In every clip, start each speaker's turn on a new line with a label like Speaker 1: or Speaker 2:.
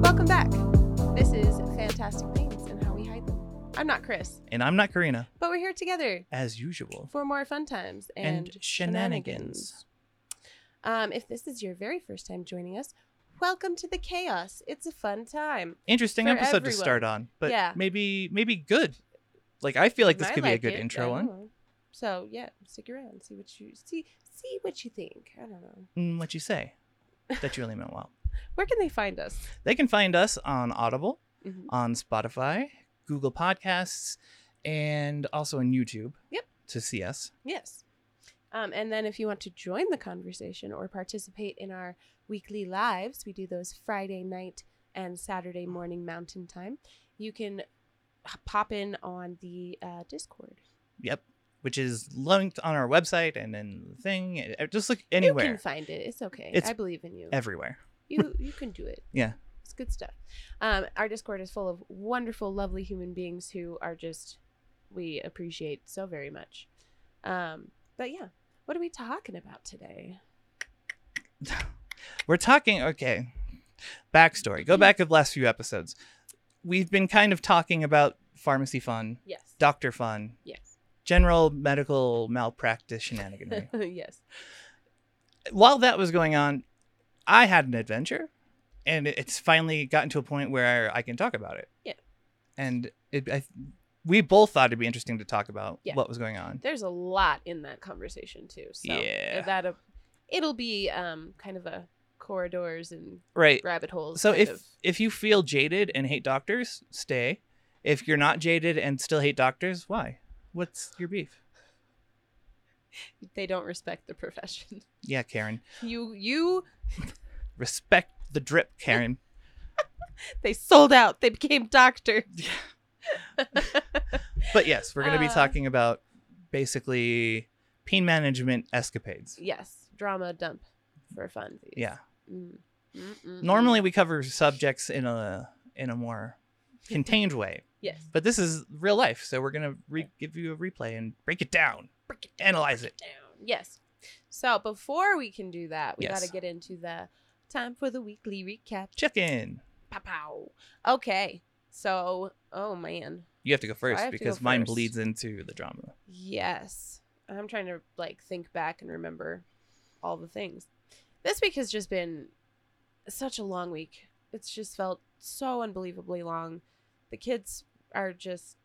Speaker 1: welcome back. This is Fantastic Things and How We Hide Them. I'm not Chris,
Speaker 2: And I'm not Karina,
Speaker 1: but we're here together
Speaker 2: as usual.
Speaker 1: for more fun times and,
Speaker 2: And
Speaker 1: shenanigans.
Speaker 2: shenanigans.
Speaker 1: Um, if this is your very first time joining us, welcome to the chaos. It's a fun time.
Speaker 2: Interesting
Speaker 1: For
Speaker 2: episode to
Speaker 1: everyone.
Speaker 2: start on, but
Speaker 1: Yeah.
Speaker 2: maybe maybe good. Like I feel like this
Speaker 1: I
Speaker 2: could be a good
Speaker 1: it. I
Speaker 2: intro one.
Speaker 1: know. So yeah, stick around, see what you see, see what you think. I don't know.
Speaker 2: Mm, what you say? That you really meant well.
Speaker 1: Where can they find us?
Speaker 2: They can find us on Audible,
Speaker 1: Mhm.
Speaker 2: on Spotify, Google Podcasts, and also on YouTube.
Speaker 1: Yep.
Speaker 2: To see us.
Speaker 1: Yes. Um, and then if you want to join the conversation or participate in our weekly lives, we do those Friday night and Saturday morning mountain time. You can h- pop in on the uh, Discord.
Speaker 2: Yep. Which is linked on our website and in the thing. uh, Just look
Speaker 1: You can
Speaker 2: anywhere.
Speaker 1: find it. It's okay.
Speaker 2: It's
Speaker 1: I believe in you.
Speaker 2: Everywhere.
Speaker 1: you you can do it.
Speaker 2: Yeah.
Speaker 1: It's good stuff. Um, our Discord is full of wonderful, lovely human beings who are just we appreciate so very much. Um, but yeah, what are we talking about today?
Speaker 2: We're talking, okay, backstory. Go back to the last few episodes. We've been kind of talking about pharmacy fun,
Speaker 1: Yes.
Speaker 2: doctor fun,
Speaker 1: yes.
Speaker 2: general medical malpractice shenanigans.
Speaker 1: yes.
Speaker 2: While that was going on, I had an adventure, and it- it's finally gotten to a point where I can talk about it.
Speaker 1: Yeah.
Speaker 2: And it, I, we both thought it'd be interesting to talk about
Speaker 1: Yeah.
Speaker 2: what was going on.
Speaker 1: There's a lot in that conversation too. So
Speaker 2: Yeah.
Speaker 1: that a, it'll be um kind of a corridors and
Speaker 2: Right.
Speaker 1: rabbit holes.
Speaker 2: So
Speaker 1: kind
Speaker 2: if
Speaker 1: of-
Speaker 2: if you feel jaded and hate doctors, stay. If you're not jaded and still hate doctors, why? What's your beef?
Speaker 1: they don't respect the profession,
Speaker 2: Yeah, Karen.
Speaker 1: you you
Speaker 2: Respect the drip, Karen.
Speaker 1: they sold out. They became doctors.
Speaker 2: but yes, we're going to be
Speaker 1: Uh.
Speaker 2: talking about basically pain management escapades.
Speaker 1: Yes, drama dump for fun.
Speaker 2: Yeah.
Speaker 1: Mm. Mm-mm-mm.
Speaker 2: Normally we cover subjects in a in a more contained way,
Speaker 1: yes.
Speaker 2: but this is real life, so we're going to re- give you a replay and break it down,
Speaker 1: Break it
Speaker 2: analyze it.
Speaker 1: down. Yes. So before we can do that, we
Speaker 2: Yes.
Speaker 1: got to get into the time for the weekly recap.
Speaker 2: Check in.
Speaker 1: Pow, pow. Okay. So, oh man.
Speaker 2: You have to go first
Speaker 1: have to go
Speaker 2: because mine
Speaker 1: first.
Speaker 2: bleeds into the drama.
Speaker 1: Yes. I'm trying to like think back and remember all the things. This week has just been such a long week. It's just felt so unbelievably long. The kids are just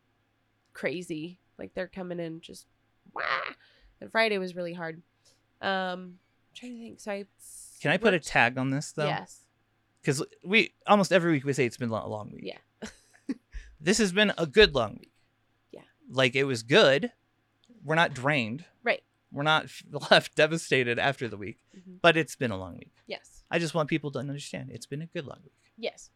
Speaker 1: crazy. Like they're coming in just wah. And Friday was really hard. Um trying to think. So I
Speaker 2: Can I put a tag on this though?
Speaker 1: Yes.
Speaker 2: Because we almost every week we say it's been lo- a long week.
Speaker 1: Yeah.
Speaker 2: this has been a good long week.
Speaker 1: Yeah.
Speaker 2: Like it was good. We're not drained.
Speaker 1: Right.
Speaker 2: We're not f- left devastated after the week,
Speaker 1: Mhm.
Speaker 2: but it's been a long week.
Speaker 1: Yes.
Speaker 2: I just want people to understand it's been a good long week.
Speaker 1: Yes.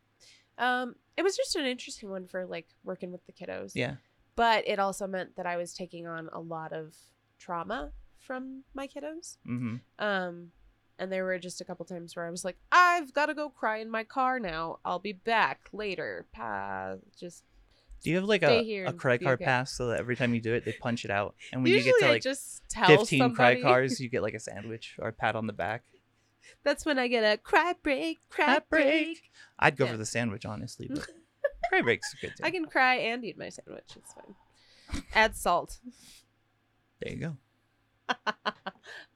Speaker 1: Um it was just an interesting one for like working with the kiddos.
Speaker 2: Yeah.
Speaker 1: but it also meant that I was taking on a lot of trauma from my kiddos.
Speaker 2: Mm-hmm.
Speaker 1: Um, and there were just a couple times where I was like, I've got to go cry in my car now. I'll be back later. Pa, just
Speaker 2: Do you have like
Speaker 1: Stay
Speaker 2: a,
Speaker 1: here
Speaker 2: a
Speaker 1: and
Speaker 2: credit
Speaker 1: be
Speaker 2: card
Speaker 1: okay.
Speaker 2: pass so that every time you do it, they punch it out? And when
Speaker 1: usually
Speaker 2: you get to
Speaker 1: I
Speaker 2: like
Speaker 1: just tell
Speaker 2: 15
Speaker 1: somebody.
Speaker 2: credit cards, you get like a sandwich or a pat on the back.
Speaker 1: That's when I get a cry break, cry
Speaker 2: Cry break.
Speaker 1: break.
Speaker 2: I'd go
Speaker 1: Yeah.
Speaker 2: for the sandwich, honestly. But credit breaks are good too.
Speaker 1: I can cry and eat my sandwich. It's fine. Add salt.
Speaker 2: There you go.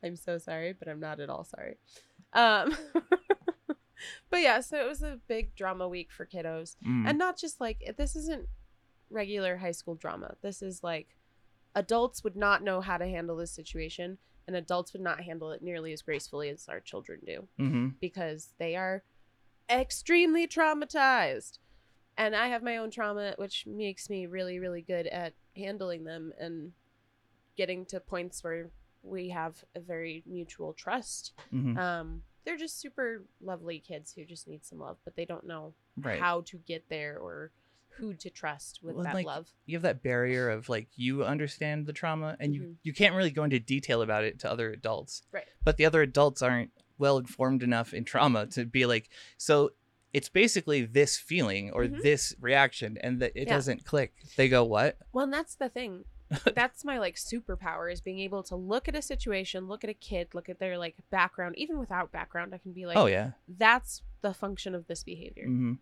Speaker 1: I'm so sorry, but I'm not at all sorry. Um, but yeah, so it was a big drama week for kiddos.
Speaker 2: Mm.
Speaker 1: and not just like this isn't regular high school drama this is like adults would not know how to handle this situation and adults would not handle it nearly as gracefully as our children do
Speaker 2: hmm
Speaker 1: because they are extremely traumatized and i have my own trauma which makes me really really good at handling them and getting to points where we have a very mutual trust
Speaker 2: hmm
Speaker 1: um they're just super lovely kids who just need some love but they don't know
Speaker 2: Right.
Speaker 1: how to get there or who to trust with
Speaker 2: Well,
Speaker 1: that
Speaker 2: like,
Speaker 1: love.
Speaker 2: you have that barrier of like you understand the trauma and you
Speaker 1: Mhm.
Speaker 2: you can't really go into detail about it to other adults
Speaker 1: Right.
Speaker 2: but the other adults aren't well informed enough in trauma to be like so it's basically this feeling or
Speaker 1: Mhm.
Speaker 2: this reaction and that it
Speaker 1: Yeah.
Speaker 2: doesn't click they go what
Speaker 1: Well, and that's the thing. that's my like superpower is being able to look at a situation, look at a kid, look at their like background, even without background, I can be like,
Speaker 2: oh yeah
Speaker 1: that's the function of this behavior.
Speaker 2: hmm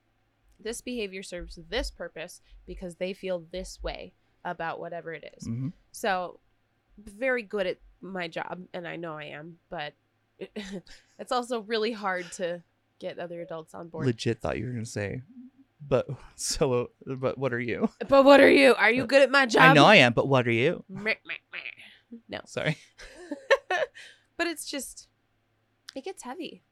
Speaker 1: This behavior serves this purpose because they feel this way about whatever it is.
Speaker 2: Mhm.
Speaker 1: So, very good at my job, and I know I am, but it's also really hard to get other adults on board.
Speaker 2: Legit thought you were gonna say, but so but what are you?
Speaker 1: but what are you? Are you good at my job?
Speaker 2: Uh, I know I am, but what are you?
Speaker 1: Meh, meh, meh. No.
Speaker 2: Sorry.
Speaker 1: but it's just, it gets heavy.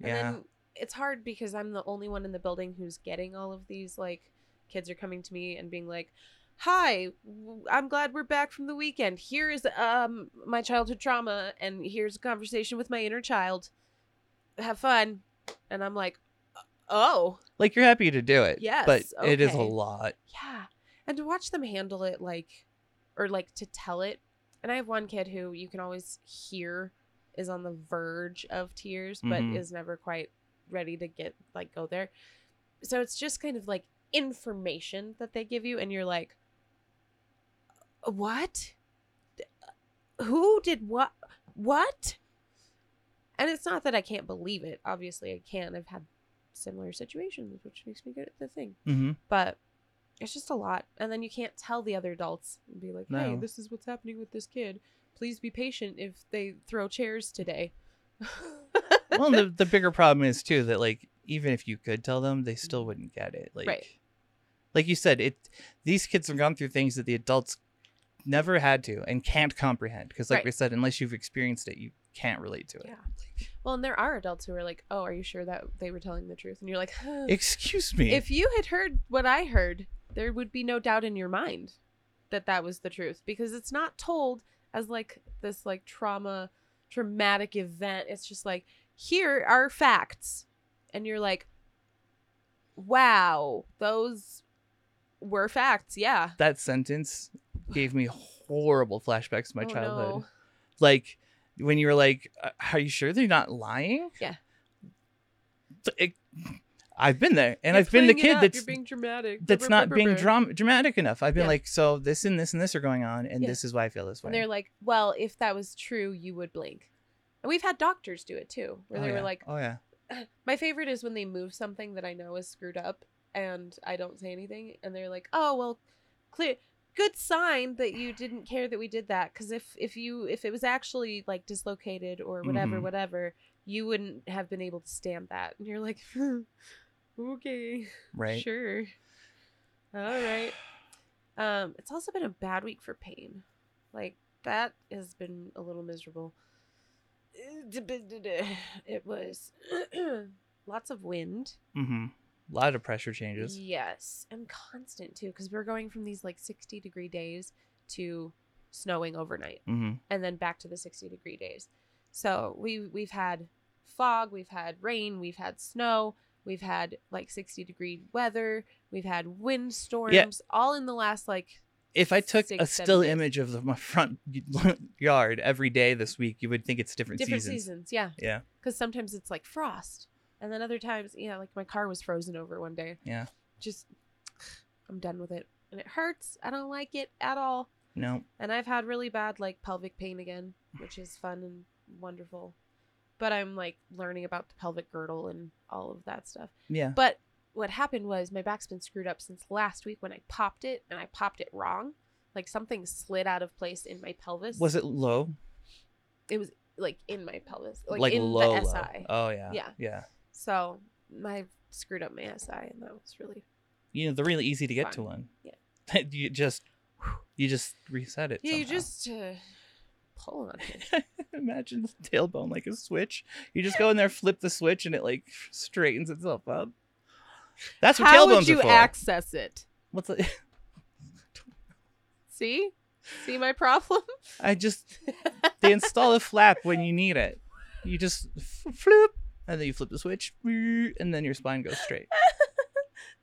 Speaker 1: And
Speaker 2: yeah.
Speaker 1: then it's hard because I'm the only one in the building who's getting all of these. Like, kids are coming to me and being like, "Hi, w- I'm glad we're back from the weekend. Here's um my childhood trauma, and here's a conversation with my inner child. Have fun." And I'm like, "Oh,
Speaker 2: Like you're happy to do it. But
Speaker 1: Yes,
Speaker 2: it is a
Speaker 1: okay.
Speaker 2: lot.
Speaker 1: yeah." And to watch them handle it, like, or like to tell it. And I have one kid who you can always hear is on the verge of tears, but
Speaker 2: Mhm.
Speaker 1: is never quite ready to get like go there. So it's just kind of like information that they give you, and you're like, "Uh, what? D- uh, Who did what? What? And it's not that I can't believe it. Obviously, I can. I've had similar situations, which makes me good at the thing.
Speaker 2: Mhm.
Speaker 1: But it's just a lot. And then you can't tell the other adults and be like, hey,
Speaker 2: No.
Speaker 1: this is what's happening with this kid. Please be patient if they throw chairs today.
Speaker 2: well, and the the bigger problem is too that like even if you could tell them, they still wouldn't get it. Like,
Speaker 1: Mm-hmm. Right.
Speaker 2: like you said, it these kids have gone through things that the adults never had to and can't comprehend because, like
Speaker 1: Right.
Speaker 2: we said, unless you've experienced it, you can't relate to it.
Speaker 1: Yeah. Well, and there are adults who are like, "Oh, are you sure that they were telling the truth?" And you're like,
Speaker 2: Excuse me.
Speaker 1: "If you had heard what I heard, there would be no doubt in your mind that that was the truth because it's not told as like this like trauma traumatic event. It's just like, "Here are facts." And you're like, "Wow, those were facts." Yeah.
Speaker 2: that sentence gave me horrible flashbacks to my
Speaker 1: Oh, no.
Speaker 2: childhood. Like when you were like, "Uh, "Are you sure they're not lying?"
Speaker 1: Yeah.
Speaker 2: It- I've been there, and
Speaker 1: You're
Speaker 2: I've been the
Speaker 1: playing it
Speaker 2: kid
Speaker 1: up.
Speaker 2: that's
Speaker 1: You're being dramatic.
Speaker 2: that's not being
Speaker 1: drunk.
Speaker 2: dram- dramatic enough. I've been
Speaker 1: Yeah.
Speaker 2: like, so this and this and this are going on, and
Speaker 1: Yeah.
Speaker 2: this is why I feel this way.
Speaker 1: And they're like, well, if that was true, you would blink. And we've had doctors do it too, where
Speaker 2: oh,
Speaker 1: they
Speaker 2: yeah.
Speaker 1: were like,
Speaker 2: oh yeah,
Speaker 1: my favorite is when they move something that I know is screwed up and I don't say anything. And they're like, oh, well, clear. Good sign that you didn't care that we did that, because if if you if it was actually like dislocated or whatever,
Speaker 2: Mhm.
Speaker 1: whatever, you wouldn't have been able to stand that. And you're like, okay.
Speaker 2: right.
Speaker 1: Sure. All right. Um, it's also been a bad week for pain. Like that has been a little miserable. It was lots of wind.
Speaker 2: Mm-hmm. A lot of pressure changes.
Speaker 1: Yes, and constant too, because we're going from these like sixty degree days to snowing overnight
Speaker 2: Mm-hmm.
Speaker 1: and then back to the 60 degree days. So we we've had fog, we've had rain, we've had snow, we've had like 60 degree weather, we've had wind storms all in the last like
Speaker 2: If I took
Speaker 1: Six,
Speaker 2: a
Speaker 1: seven
Speaker 2: still
Speaker 1: days.
Speaker 2: image of the, my front yard every day this week, you would think it's different,
Speaker 1: different
Speaker 2: seasons.
Speaker 1: seasons. Yeah.
Speaker 2: Yeah.
Speaker 1: Cuz sometimes it's like frost and then other times, yeah, like my car was frozen over one day.
Speaker 2: Yeah.
Speaker 1: Just I'm done with it. And it hurts. I don't like it at all.
Speaker 2: No.
Speaker 1: And I've had really bad like pelvic pain again, which is fun and wonderful. But I'm like learning about the pelvic girdle and all of that stuff.
Speaker 2: Yeah.
Speaker 1: But what happened was my back's been screwed up since last week when I popped it and I popped it wrong. Like something slid out of place in my pelvis.
Speaker 2: Was it low?
Speaker 1: it was like in my pelvis, like,
Speaker 2: Like,
Speaker 1: in
Speaker 2: low,
Speaker 1: the
Speaker 2: low.
Speaker 1: SI.
Speaker 2: Oh yeah.
Speaker 1: Yeah.
Speaker 2: Yeah.
Speaker 1: So I screwed up my SI and that was really
Speaker 2: You know, they're really easy to get to
Speaker 1: Fine.
Speaker 2: one.
Speaker 1: Yeah.
Speaker 2: you just you just reset it.
Speaker 1: Yeah, you
Speaker 2: somehow.
Speaker 1: just uh, pull on it.
Speaker 2: Imagine the tailbone like a switch. You just go in there, flip the switch, and it like straightens itself up. That's what
Speaker 1: How
Speaker 2: tailbones
Speaker 1: would you
Speaker 2: are for.
Speaker 1: access it?
Speaker 2: What's the-
Speaker 1: See? See my problem?
Speaker 2: I just they install a flap when you need it. You just f- flip, and then you flip the switch, and then your spine goes straight.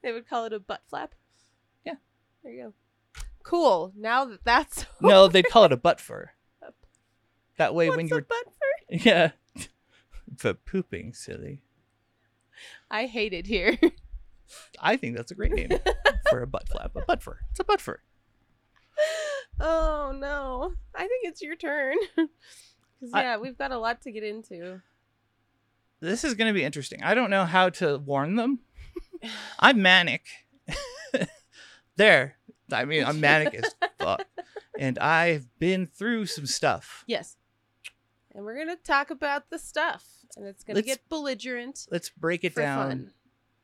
Speaker 1: They would call it a butt flap.
Speaker 2: Yeah.
Speaker 1: There you go. Cool. Now that that's
Speaker 2: No, they call it a butt fur. That way,
Speaker 1: what's
Speaker 2: when
Speaker 1: a
Speaker 2: you're
Speaker 1: butt fur?
Speaker 2: yeah, for pooping, silly.
Speaker 1: I hate it here.
Speaker 2: I think that's a great name for a butt flap. A butt fur. It's a butt fur.
Speaker 1: oh no. I think it's your turn. 'Cause,
Speaker 2: I-
Speaker 1: yeah, we've got a lot to get into.
Speaker 2: This is going to be interesting. I don't know how to warn them I'm manic. there. I mean, I'm manic as fuck. And I've been through some stuff.
Speaker 1: Yes. And we're gonna talk about the stuff, and it's gonna
Speaker 2: Let's
Speaker 1: get belligerent
Speaker 2: Let's break it
Speaker 1: for
Speaker 2: down
Speaker 1: fun.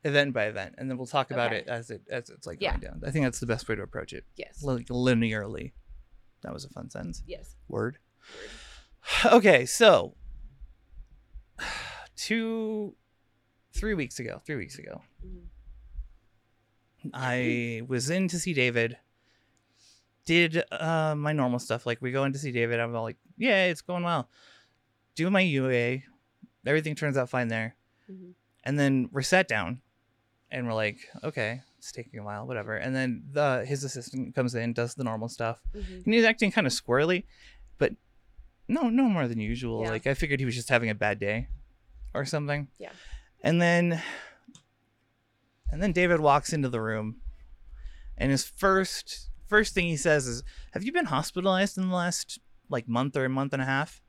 Speaker 2: event by event, and then we'll talk about
Speaker 1: Okay.
Speaker 2: it as it as it's like
Speaker 1: Yeah.
Speaker 2: going down. I think that's the best way to approach it,
Speaker 1: Yes.
Speaker 2: like linearly. That was a fun sentence.
Speaker 1: yes.
Speaker 2: Word. Okay, so two, three weeks ago, three weeks ago,
Speaker 1: Mhm.
Speaker 2: I was in to see David. Did uh, my normal stuff like we go in to see David. I'm all like, yeah, it's going well. Do my UA. Everything turns out fine there.
Speaker 1: Mhm.
Speaker 2: And then we're sat down, and we're like, okay, it's taking a while, whatever. And then the his assistant comes in, does the normal stuff,
Speaker 1: Mhm.
Speaker 2: and he's acting kind of squirrely, but no, no more than usual.
Speaker 1: Yeah.
Speaker 2: Like I figured he was just having a bad day or something.
Speaker 1: Yeah.
Speaker 2: And then and then David walks into the room and his first first thing he says is, "Have you been hospitalized in the last like month or a month and a half?"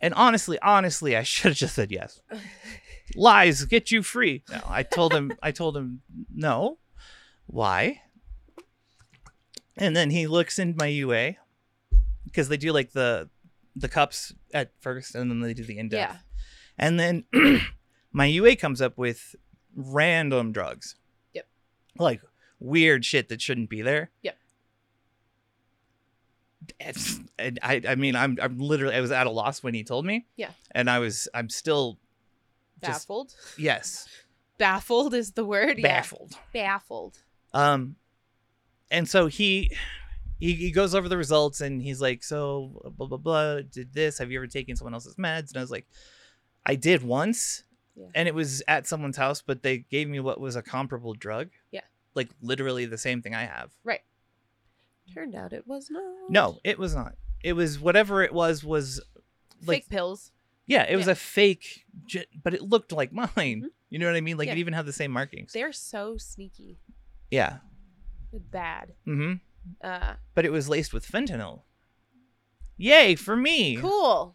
Speaker 2: And honestly, honestly, I should have just said yes. Lies get you free. No, I told him I told him no. Why? And then he looks in my UA because they do like the the cups at first, and then they do the in depth.
Speaker 1: Yeah.
Speaker 2: And then my UA comes up with random drugs.
Speaker 1: Yep.
Speaker 2: Like weird shit that shouldn't be there.
Speaker 1: Yep.
Speaker 2: It's- and I, I mean, I'm, I'm literally, I was at a loss when he told me.
Speaker 1: Yeah.
Speaker 2: And I was, I'm still, Just-
Speaker 1: Baffled.
Speaker 2: yes,
Speaker 1: Baffled is the word. yeah.
Speaker 2: baffled.
Speaker 1: Baffled.
Speaker 2: Um, and so he, he he goes over the results and he's like, so blah blah blah. Did this? Have you ever taken someone else's meds? And I was like, I did once,
Speaker 1: Yeah.
Speaker 2: and it was at someone's house, but they gave me what was a comparable drug.
Speaker 1: Yeah.
Speaker 2: like literally the same thing I have.
Speaker 1: Turned out it was not.
Speaker 2: No, it was not. It was whatever it was was like
Speaker 1: Fake pills.
Speaker 2: yeah, it was
Speaker 1: yeah.
Speaker 2: a fake, j- but it looked like mine.
Speaker 1: Mhm.
Speaker 2: You know what I mean? Like
Speaker 1: Yeah.
Speaker 2: it even had the same markings.
Speaker 1: They're so sneaky.
Speaker 2: Yeah.
Speaker 1: Bad.
Speaker 2: Mm-hmm.
Speaker 1: Uh,
Speaker 2: But it was laced with fentanyl. Yay for me!
Speaker 1: cool.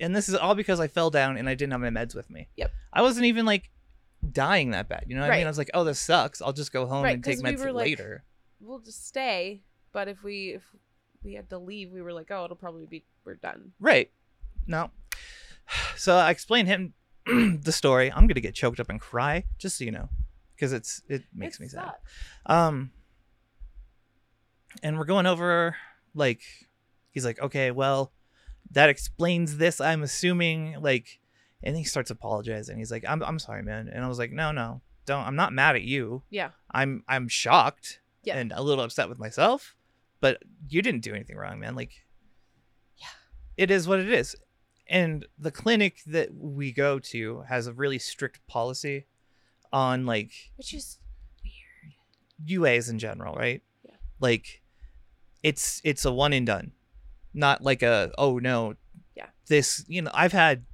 Speaker 2: and this is all because I fell down and I didn't have my meds with me.
Speaker 1: Yep.
Speaker 2: I wasn't even like dying that bad. You know what I mean?
Speaker 1: Right.
Speaker 2: I was like, oh, this sucks. I'll just go home
Speaker 1: Right,
Speaker 2: and take
Speaker 1: 'cause we
Speaker 2: meds
Speaker 1: were, like-
Speaker 2: later.
Speaker 1: We'll just stay. But if we if we had to leave, we were like, oh, it'll probably be we're done.
Speaker 2: Right. No. So I explained him the story. I'm gonna get choked up and cry, just so you know, because it's it makes
Speaker 1: It
Speaker 2: me sad.
Speaker 1: sucks.
Speaker 2: Um, and we're going over like he's like, okay, well, that explains this. I'm assuming like, and he starts apologizing. He's like, I'm I'm sorry, man. And I was like, no, no, don't. I'm not mad at you.
Speaker 1: Yeah.
Speaker 2: I'm I'm shocked
Speaker 1: Yeah.
Speaker 2: and a little upset with myself, but you didn't do anything wrong, man. Like,
Speaker 1: Yeah.
Speaker 2: it is what it is. And the clinic that we go to has a really strict policy on like
Speaker 1: Which is weird.
Speaker 2: UAs in general, right?
Speaker 1: Yeah.
Speaker 2: Like it's it's a one and done. Not like a oh no.
Speaker 1: Yeah.
Speaker 2: This, you know, I've had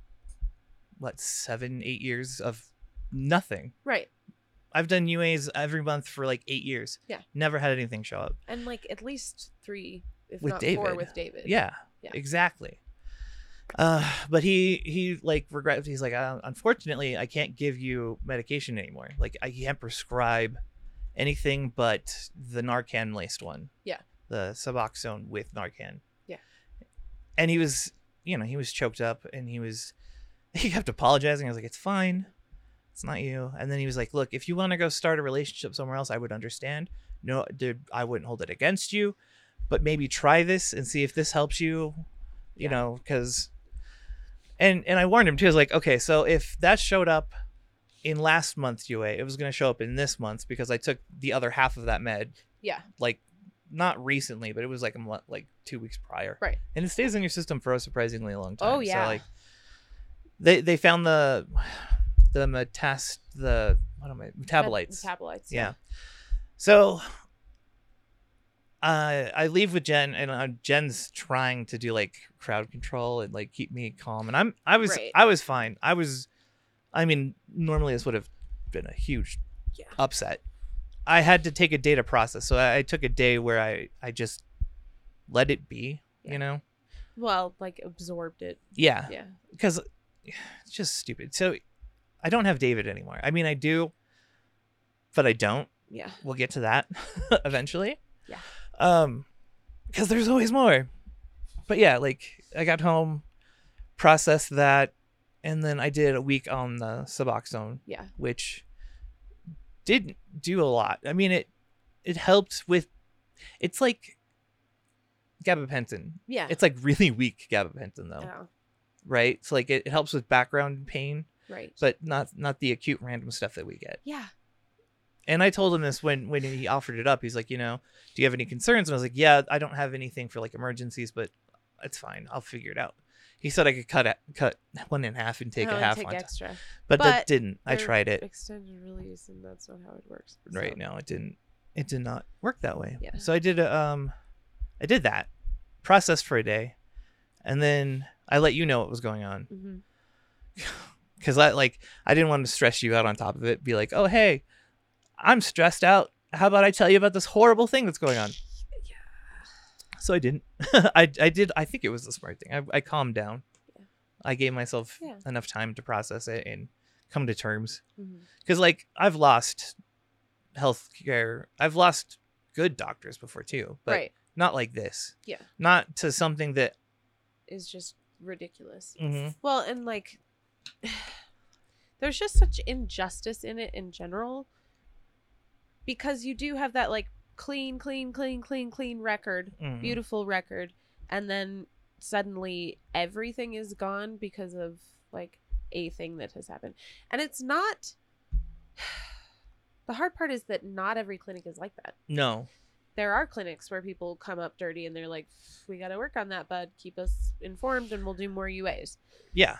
Speaker 2: what 7 8 years of nothing.
Speaker 1: Right.
Speaker 2: I've done UAs every month for like 8 years.
Speaker 1: Yeah.
Speaker 2: Never had anything show up.
Speaker 1: And like at least three, if
Speaker 2: With
Speaker 1: not four,
Speaker 2: David.
Speaker 1: with David.
Speaker 2: Yeah.
Speaker 1: Yeah.
Speaker 2: Exactly. Uh, but he he like regrets. He's like, uh, unfortunately, I can't give you medication anymore. Like I can't prescribe anything but the Narcan laced one.
Speaker 1: Yeah.
Speaker 2: The Suboxone with Narcan.
Speaker 1: Yeah.
Speaker 2: And he was, you know, he was choked up, and he was, he kept apologizing. I was like, it's fine. It's not you. And then he was like, look, if you want to go start a relationship somewhere else, I would understand. No, dude, I wouldn't hold it against you but maybe try this and see if this helps you you
Speaker 1: Yeah.
Speaker 2: know because and and i warned him too i was like okay so if that showed up in last month's ua it was going to show up in this month's because i took the other half of that med
Speaker 1: Yeah.
Speaker 2: like not recently but it was like a month like two weeks prior
Speaker 1: Right.
Speaker 2: and it stays in your system for a surprisingly long time
Speaker 1: Oh, yeah.
Speaker 2: so like they they found the the metast the what am i
Speaker 1: Met-
Speaker 2: metabolites
Speaker 1: Metabolites.
Speaker 2: yeah. So uh, I leave with Jen, and uh, Jen's trying to do like crowd control and like keep me calm. And I'm I was
Speaker 1: Right.
Speaker 2: I was fine. I was, I mean, normally this would have been a huge
Speaker 1: Yeah.
Speaker 2: upset. I had to take a day to process, so I, I took a day where I I just let it be,
Speaker 1: Yeah.
Speaker 2: you know.
Speaker 1: Well, like absorbed it.
Speaker 2: Yeah,
Speaker 1: Yeah.
Speaker 2: because it's just stupid. So I don't have David anymore. I mean, I do, but I don't.
Speaker 1: Yeah.
Speaker 2: We'll get to that eventually.
Speaker 1: Yeah.
Speaker 2: Um, because there's always more. But yeah, like I got home, processed that, and then I did a week on the Suboxone,
Speaker 1: Yeah.
Speaker 2: which didn't do a lot. I mean, it it helped with. It's like gabapentin.
Speaker 1: Yeah.
Speaker 2: It's like really weak gabapentin though,
Speaker 1: Oh,
Speaker 2: right? It's like it, it helps with background pain
Speaker 1: right.
Speaker 2: but not not the acute random stuff that we get.
Speaker 1: Yeah.
Speaker 2: And I told him this when when he offered it up. He's like, you know, do you have any concerns? And I was like, yeah, I don't have anything for like emergencies, but it's fine. I'll figure it out. He said I could cut a, cut one in half and take
Speaker 1: Oh,
Speaker 2: a
Speaker 1: and
Speaker 2: half
Speaker 1: take
Speaker 2: on, top.
Speaker 1: extra.
Speaker 2: but,
Speaker 1: But
Speaker 2: that didn't. I
Speaker 1: They're
Speaker 2: tried it
Speaker 1: Extended release, and that's not how it works.
Speaker 2: right
Speaker 1: so-
Speaker 2: now. It didn't. It did not work that way.
Speaker 1: Yeah.
Speaker 2: So I did a, um, I did that, processed for a day, and then I let you know what was going on.
Speaker 1: Mhm.
Speaker 2: because I like I didn't want to stress you out on top of it. Be like, oh hey, I'm stressed out. How about I tell you about this horrible thing that's going on?
Speaker 1: Yeah.
Speaker 2: So I didn't. I I did. I think it was a smart thing. I I calmed down.
Speaker 1: Yeah.
Speaker 2: I gave myself
Speaker 1: Yeah.
Speaker 2: enough time to process it and come to terms.
Speaker 1: Mhm.
Speaker 2: Because like I've lost health care. I've lost good doctors before too, but
Speaker 1: Right.
Speaker 2: not like this.
Speaker 1: Yeah.
Speaker 2: Not to something that.
Speaker 1: Is just ridiculous.
Speaker 2: hmm
Speaker 1: Well, and like, there's just such injustice in it in general because you do have that like clean, clean, clean, clean, clean record,
Speaker 2: mm, Mm-hmm.
Speaker 1: beautiful record, and then suddenly everything is gone because of like a thing that has happened. And it's not. The hard part is that not every clinic is like that.
Speaker 2: No.
Speaker 1: There are clinics where people come up dirty and they're like, we got to work on that, bud. Keep us informed and we'll do more UAs.
Speaker 2: Yeah.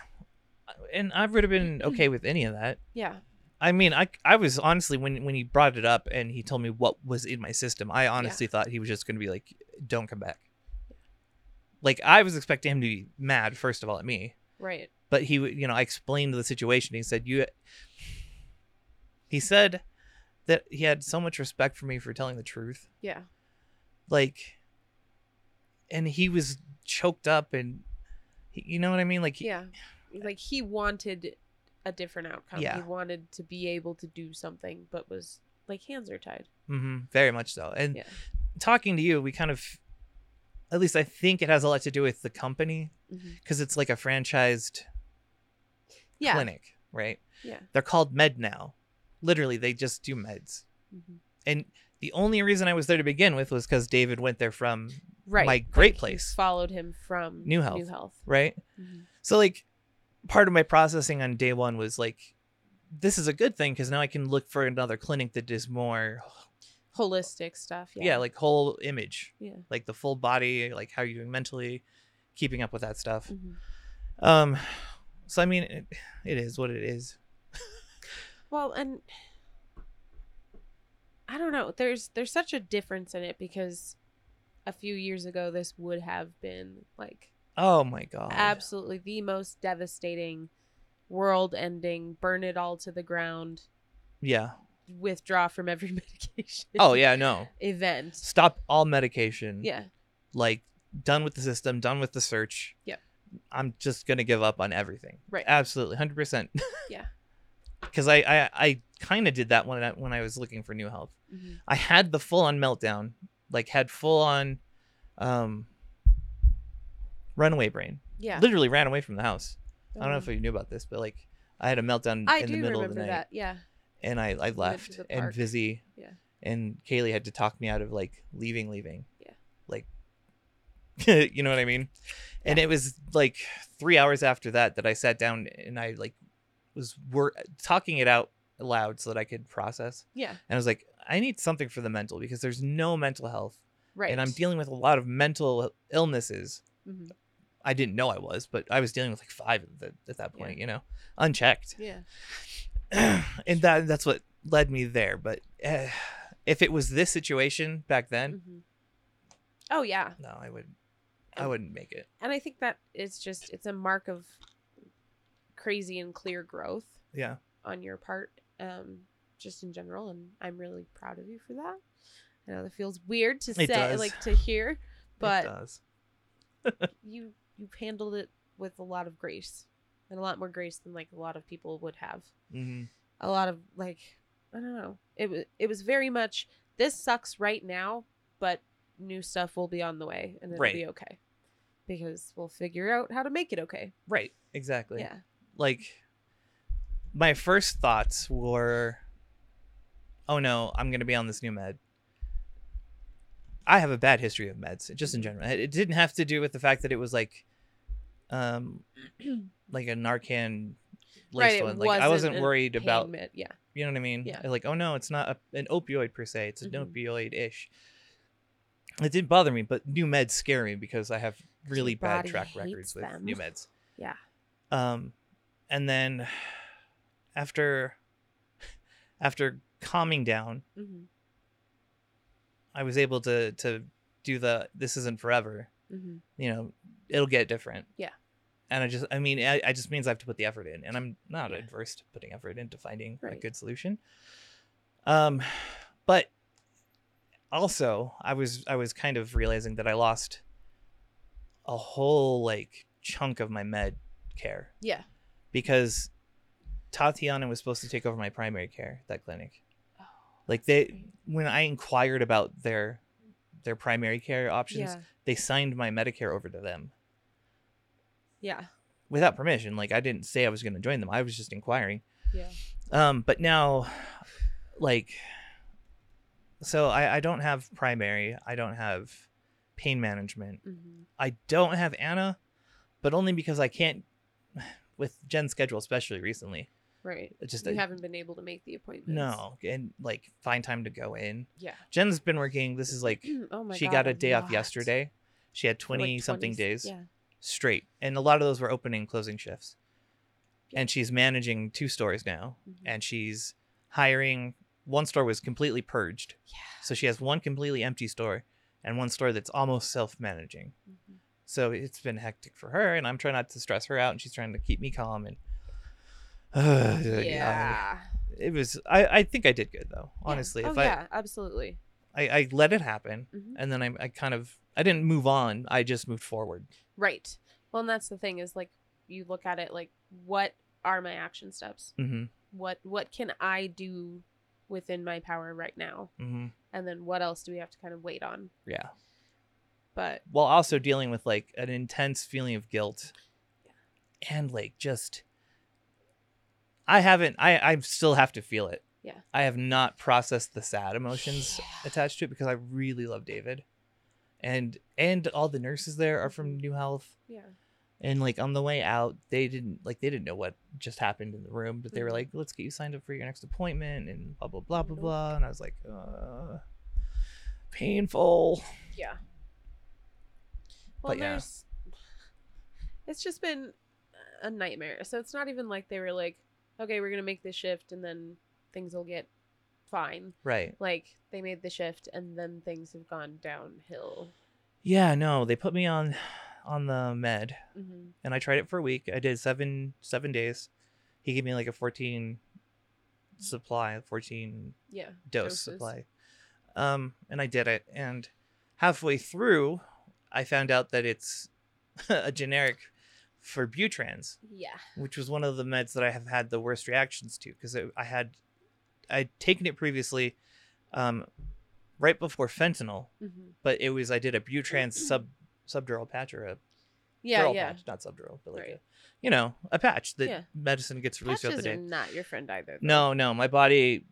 Speaker 2: And I would have been okay with any of that.
Speaker 1: Yeah.
Speaker 2: I mean, I I was honestly when when he brought it up and he told me what was in my system, I honestly thought he was just going to be like, "Don't come back." Like I was expecting him to be mad first of all at me,
Speaker 1: Right.
Speaker 2: but he, w- you know, I explained the situation. He said, "You," he said that he had so much respect for me for telling the truth,
Speaker 1: Yeah.
Speaker 2: like, and he was choked up and, he, you know what I mean, like,
Speaker 1: yeah. Like he wanted a different outcome.
Speaker 2: Yeah.
Speaker 1: He wanted to be able to do something, but was like hands are tied.
Speaker 2: hmm very much so. And
Speaker 1: Mm-hmm. Yeah.
Speaker 2: talking to you, we kind of, at least I think it has a lot to do with the company
Speaker 1: Mm-hmm.
Speaker 2: because it's like a franchised
Speaker 1: Yeah.
Speaker 2: clinic, right?
Speaker 1: Yeah.
Speaker 2: They're called Med now. Literally, they just do meds.
Speaker 1: Mhm.
Speaker 2: And the only reason I was there to begin with was because David went there from,
Speaker 1: Right.
Speaker 2: My great
Speaker 1: you
Speaker 2: place.
Speaker 1: Followed him from
Speaker 2: New Health.
Speaker 1: New Health.
Speaker 2: right?
Speaker 1: Mhm.
Speaker 2: So, like, part of my processing on day one was like, this is a good thing because now I can look for another clinic that is more,
Speaker 1: Holistic stuff. Yeah.
Speaker 2: yeah, like whole image,
Speaker 1: Yeah.
Speaker 2: like the full body, like how you're doing mentally, keeping up with that stuff.
Speaker 1: Mhm.
Speaker 2: Um, so I mean, it, it is what it is.
Speaker 1: Well, and I don't know. There's there's such a difference in it because a few years ago this would have been like
Speaker 2: Oh my god.
Speaker 1: absolutely the most devastating world ending burn it all to the ground
Speaker 2: yeah.
Speaker 1: withdraw from every medication
Speaker 2: Oh yeah. Mm-hmm. No.
Speaker 1: event
Speaker 2: Stop all medication.
Speaker 1: yeah
Speaker 2: Like done with the system. Done with the search.
Speaker 1: Yep.
Speaker 2: I'm just gonna give up on everything.
Speaker 1: Right.
Speaker 2: Absolutely. Hundred percent.
Speaker 1: Yeah.
Speaker 2: Because I I, I kind of did that when I when I was looking for new health.
Speaker 1: Mhm.
Speaker 2: I had the full on meltdown. Like had full on, um. Runaway brain.
Speaker 1: yeah Oh.
Speaker 2: Literally ran away from the house. I don't know if you knew about this, but like I had a meltdown
Speaker 1: I
Speaker 2: in
Speaker 1: do
Speaker 2: the middle of
Speaker 1: remember
Speaker 2: the night.
Speaker 1: that yeah
Speaker 2: and I, I left
Speaker 1: the
Speaker 2: and
Speaker 1: park.
Speaker 2: Vizzy
Speaker 1: Yeah.
Speaker 2: and Kaylee had to talk me out of like leaving, leaving.
Speaker 1: Yeah.
Speaker 2: Like, you know what I mean? And it was like three hours after that that I sat down and I like was wor- talking it out loud so that I could process.
Speaker 1: yeah
Speaker 2: And I was like, I need something for the mental because there's no mental health.
Speaker 1: right
Speaker 2: And I'm dealing with a lot of mental illnesses.
Speaker 1: Mhm.
Speaker 2: I didn't know I was, but I was dealing with like five at, the, at that
Speaker 1: Yeah.
Speaker 2: point, you know, unchecked
Speaker 1: yeah
Speaker 2: and that that's what led me there. But uh, if it was this situation back then,
Speaker 1: Mhm. oh yeah
Speaker 2: no, I would, I
Speaker 1: Oh.
Speaker 2: wouldn't make it.
Speaker 1: and I think that it's just it's a mark of crazy and clear growth
Speaker 2: Yeah,
Speaker 1: on your part um just in general and I'm really proud of you for that I know that feels weird to say
Speaker 2: It does.
Speaker 1: like to hear
Speaker 2: it
Speaker 1: but
Speaker 2: does.
Speaker 1: you you handled it with a lot of grace and a lot more grace than like a lot of people would have.
Speaker 2: Mm-hmm.
Speaker 1: A lot of like I don't know. It was it was very much this sucks right now, but new stuff will be on the way and it'll
Speaker 2: Right.
Speaker 1: be okay. Because we'll figure out how to make it okay.
Speaker 2: Right. Exactly.
Speaker 1: Yeah.
Speaker 2: Like, my first thoughts were, oh no, I'm going to be on this new med. I have a bad history of meds, just in general. It it didn't have to do with the fact that it was like, um, like a Narcan laced
Speaker 1: Right, it
Speaker 2: one. Like I
Speaker 1: wasn't
Speaker 2: wasn't
Speaker 1: an
Speaker 2: worried
Speaker 1: Pain
Speaker 2: about
Speaker 1: med- yeah.
Speaker 2: You know what I mean?
Speaker 1: Yeah.
Speaker 2: Like, oh no, it's not a, an opioid per se. It's an
Speaker 1: Mhm.
Speaker 2: opioid ish. It didn't bother me, but new meds scare me because I have really
Speaker 1: your
Speaker 2: bad
Speaker 1: body
Speaker 2: track
Speaker 1: hates
Speaker 2: records with
Speaker 1: them.
Speaker 2: new meds.
Speaker 1: Yeah.
Speaker 2: Um, and then after after calming down,
Speaker 1: Mm-hmm.
Speaker 2: I was able to to do the this isn't forever.
Speaker 1: Mm-hmm.
Speaker 2: You know, it'll get different.
Speaker 1: Yeah.
Speaker 2: And I just, I mean, I, I just means I have to put the effort in, and I'm not
Speaker 1: Yeah.
Speaker 2: adverse to putting effort into finding a
Speaker 1: Right.
Speaker 2: good solution. Um, but also, I was, I was kind of realizing that I lost a whole like chunk of my med care
Speaker 1: Yeah.
Speaker 2: because Tatiana was supposed to take over my primary care at that clinic.
Speaker 1: Oh,
Speaker 2: Like they,
Speaker 1: great.
Speaker 2: when I inquired about their their primary care options,
Speaker 1: Yeah.
Speaker 2: they signed my Medicare over to them
Speaker 1: Yeah.
Speaker 2: without permission. Like I didn't say I was going to join them. I was just inquiring.
Speaker 1: Yeah.
Speaker 2: Um, but now, like, so I, I don't have primary. I don't have pain management.
Speaker 1: Mm-hmm.
Speaker 2: I don't have Anna, but only because I can't with Jen's schedule, especially recently.
Speaker 1: Right.
Speaker 2: It Just
Speaker 1: you
Speaker 2: I-
Speaker 1: haven't been able to make the appointments.
Speaker 2: no, and like find time to go in.
Speaker 1: Yeah.
Speaker 2: Jen's been working. This is like
Speaker 1: oh my
Speaker 2: she
Speaker 1: God,
Speaker 2: got a day off
Speaker 1: lot.
Speaker 2: yesterday. She had
Speaker 1: For, like,
Speaker 2: 20 something
Speaker 1: 20s
Speaker 2: days
Speaker 1: Yeah.
Speaker 2: straight. And a lot of those were opening and closing shifts.
Speaker 1: Yeah.
Speaker 2: And she's managing two stores now.
Speaker 1: Mhm.
Speaker 2: And she's hiring one store was completely purged.
Speaker 1: Yeah.
Speaker 2: So she has one completely empty store and one store that's almost self managing.
Speaker 1: Mhm.
Speaker 2: So it's been hectic for her and I'm trying not to stress her out and she's trying to keep me calm and uh,
Speaker 1: Yeah.
Speaker 2: It was I, I think I did good though, honestly.
Speaker 1: Oh,
Speaker 2: If I,
Speaker 1: yeah, absolutely.
Speaker 2: I I let it happen
Speaker 1: Mhm.
Speaker 2: and then I, I kind of I didn't move on. I just moved forward.
Speaker 1: Right. Well, and that's the thing is like you look at it like what are my action steps?
Speaker 2: hmm
Speaker 1: What what can I do within my power right now?
Speaker 2: hmm
Speaker 1: And then what else do we have to kind of wait on?
Speaker 2: Yeah.
Speaker 1: But
Speaker 2: while also dealing with like an intense feeling of guilt and like just i haven't i i still have to feel it
Speaker 1: Yeah.
Speaker 2: i have not processed the sad emotions
Speaker 1: Yeah.
Speaker 2: attached to it because i really love david and and all the nurses there are from
Speaker 1: Mhm.
Speaker 2: new health
Speaker 1: yeah.
Speaker 2: and like on the way out they didn't like they didn't know what just happened in the room but they were
Speaker 1: Mhm.
Speaker 2: like let's get you signed up for your next appointment and blah blah blah blah
Speaker 1: Nope.
Speaker 2: blah and i was like uh painful
Speaker 1: Yeah. Well,
Speaker 2: But yeah.
Speaker 1: there's. It's just been a nightmare. So it's not even like they were like, okay, we're going to make this shift and then things will get fine.
Speaker 2: right
Speaker 1: Like, they made the shift and then things have gone downhill.
Speaker 2: Yeah, no, they put me on on the med
Speaker 1: hmm
Speaker 2: and I tried it for a week. I did 7 7 days. He gave me like a 14 supply, 14
Speaker 1: Yeah.
Speaker 2: dose
Speaker 1: Doses.
Speaker 2: supply. Um and I did it and halfway through I found out that it's a generic for Butrans,
Speaker 1: Yeah.
Speaker 2: which was one of the meds that I have had the worst reactions to because I had I'd taken it previously um right before fentanyl,
Speaker 1: hmm
Speaker 2: but it was I did a Butrans sub subdural patch or a
Speaker 1: Mm-hmm. Yeah.
Speaker 2: dural
Speaker 1: yeah.
Speaker 2: patch, not subdural, but like
Speaker 1: Right.
Speaker 2: a, you know, a patch that
Speaker 1: Yeah.
Speaker 2: medicine gets released throughout the
Speaker 1: Patches
Speaker 2: day.
Speaker 1: are not your friend either. though.
Speaker 2: No, no, my body,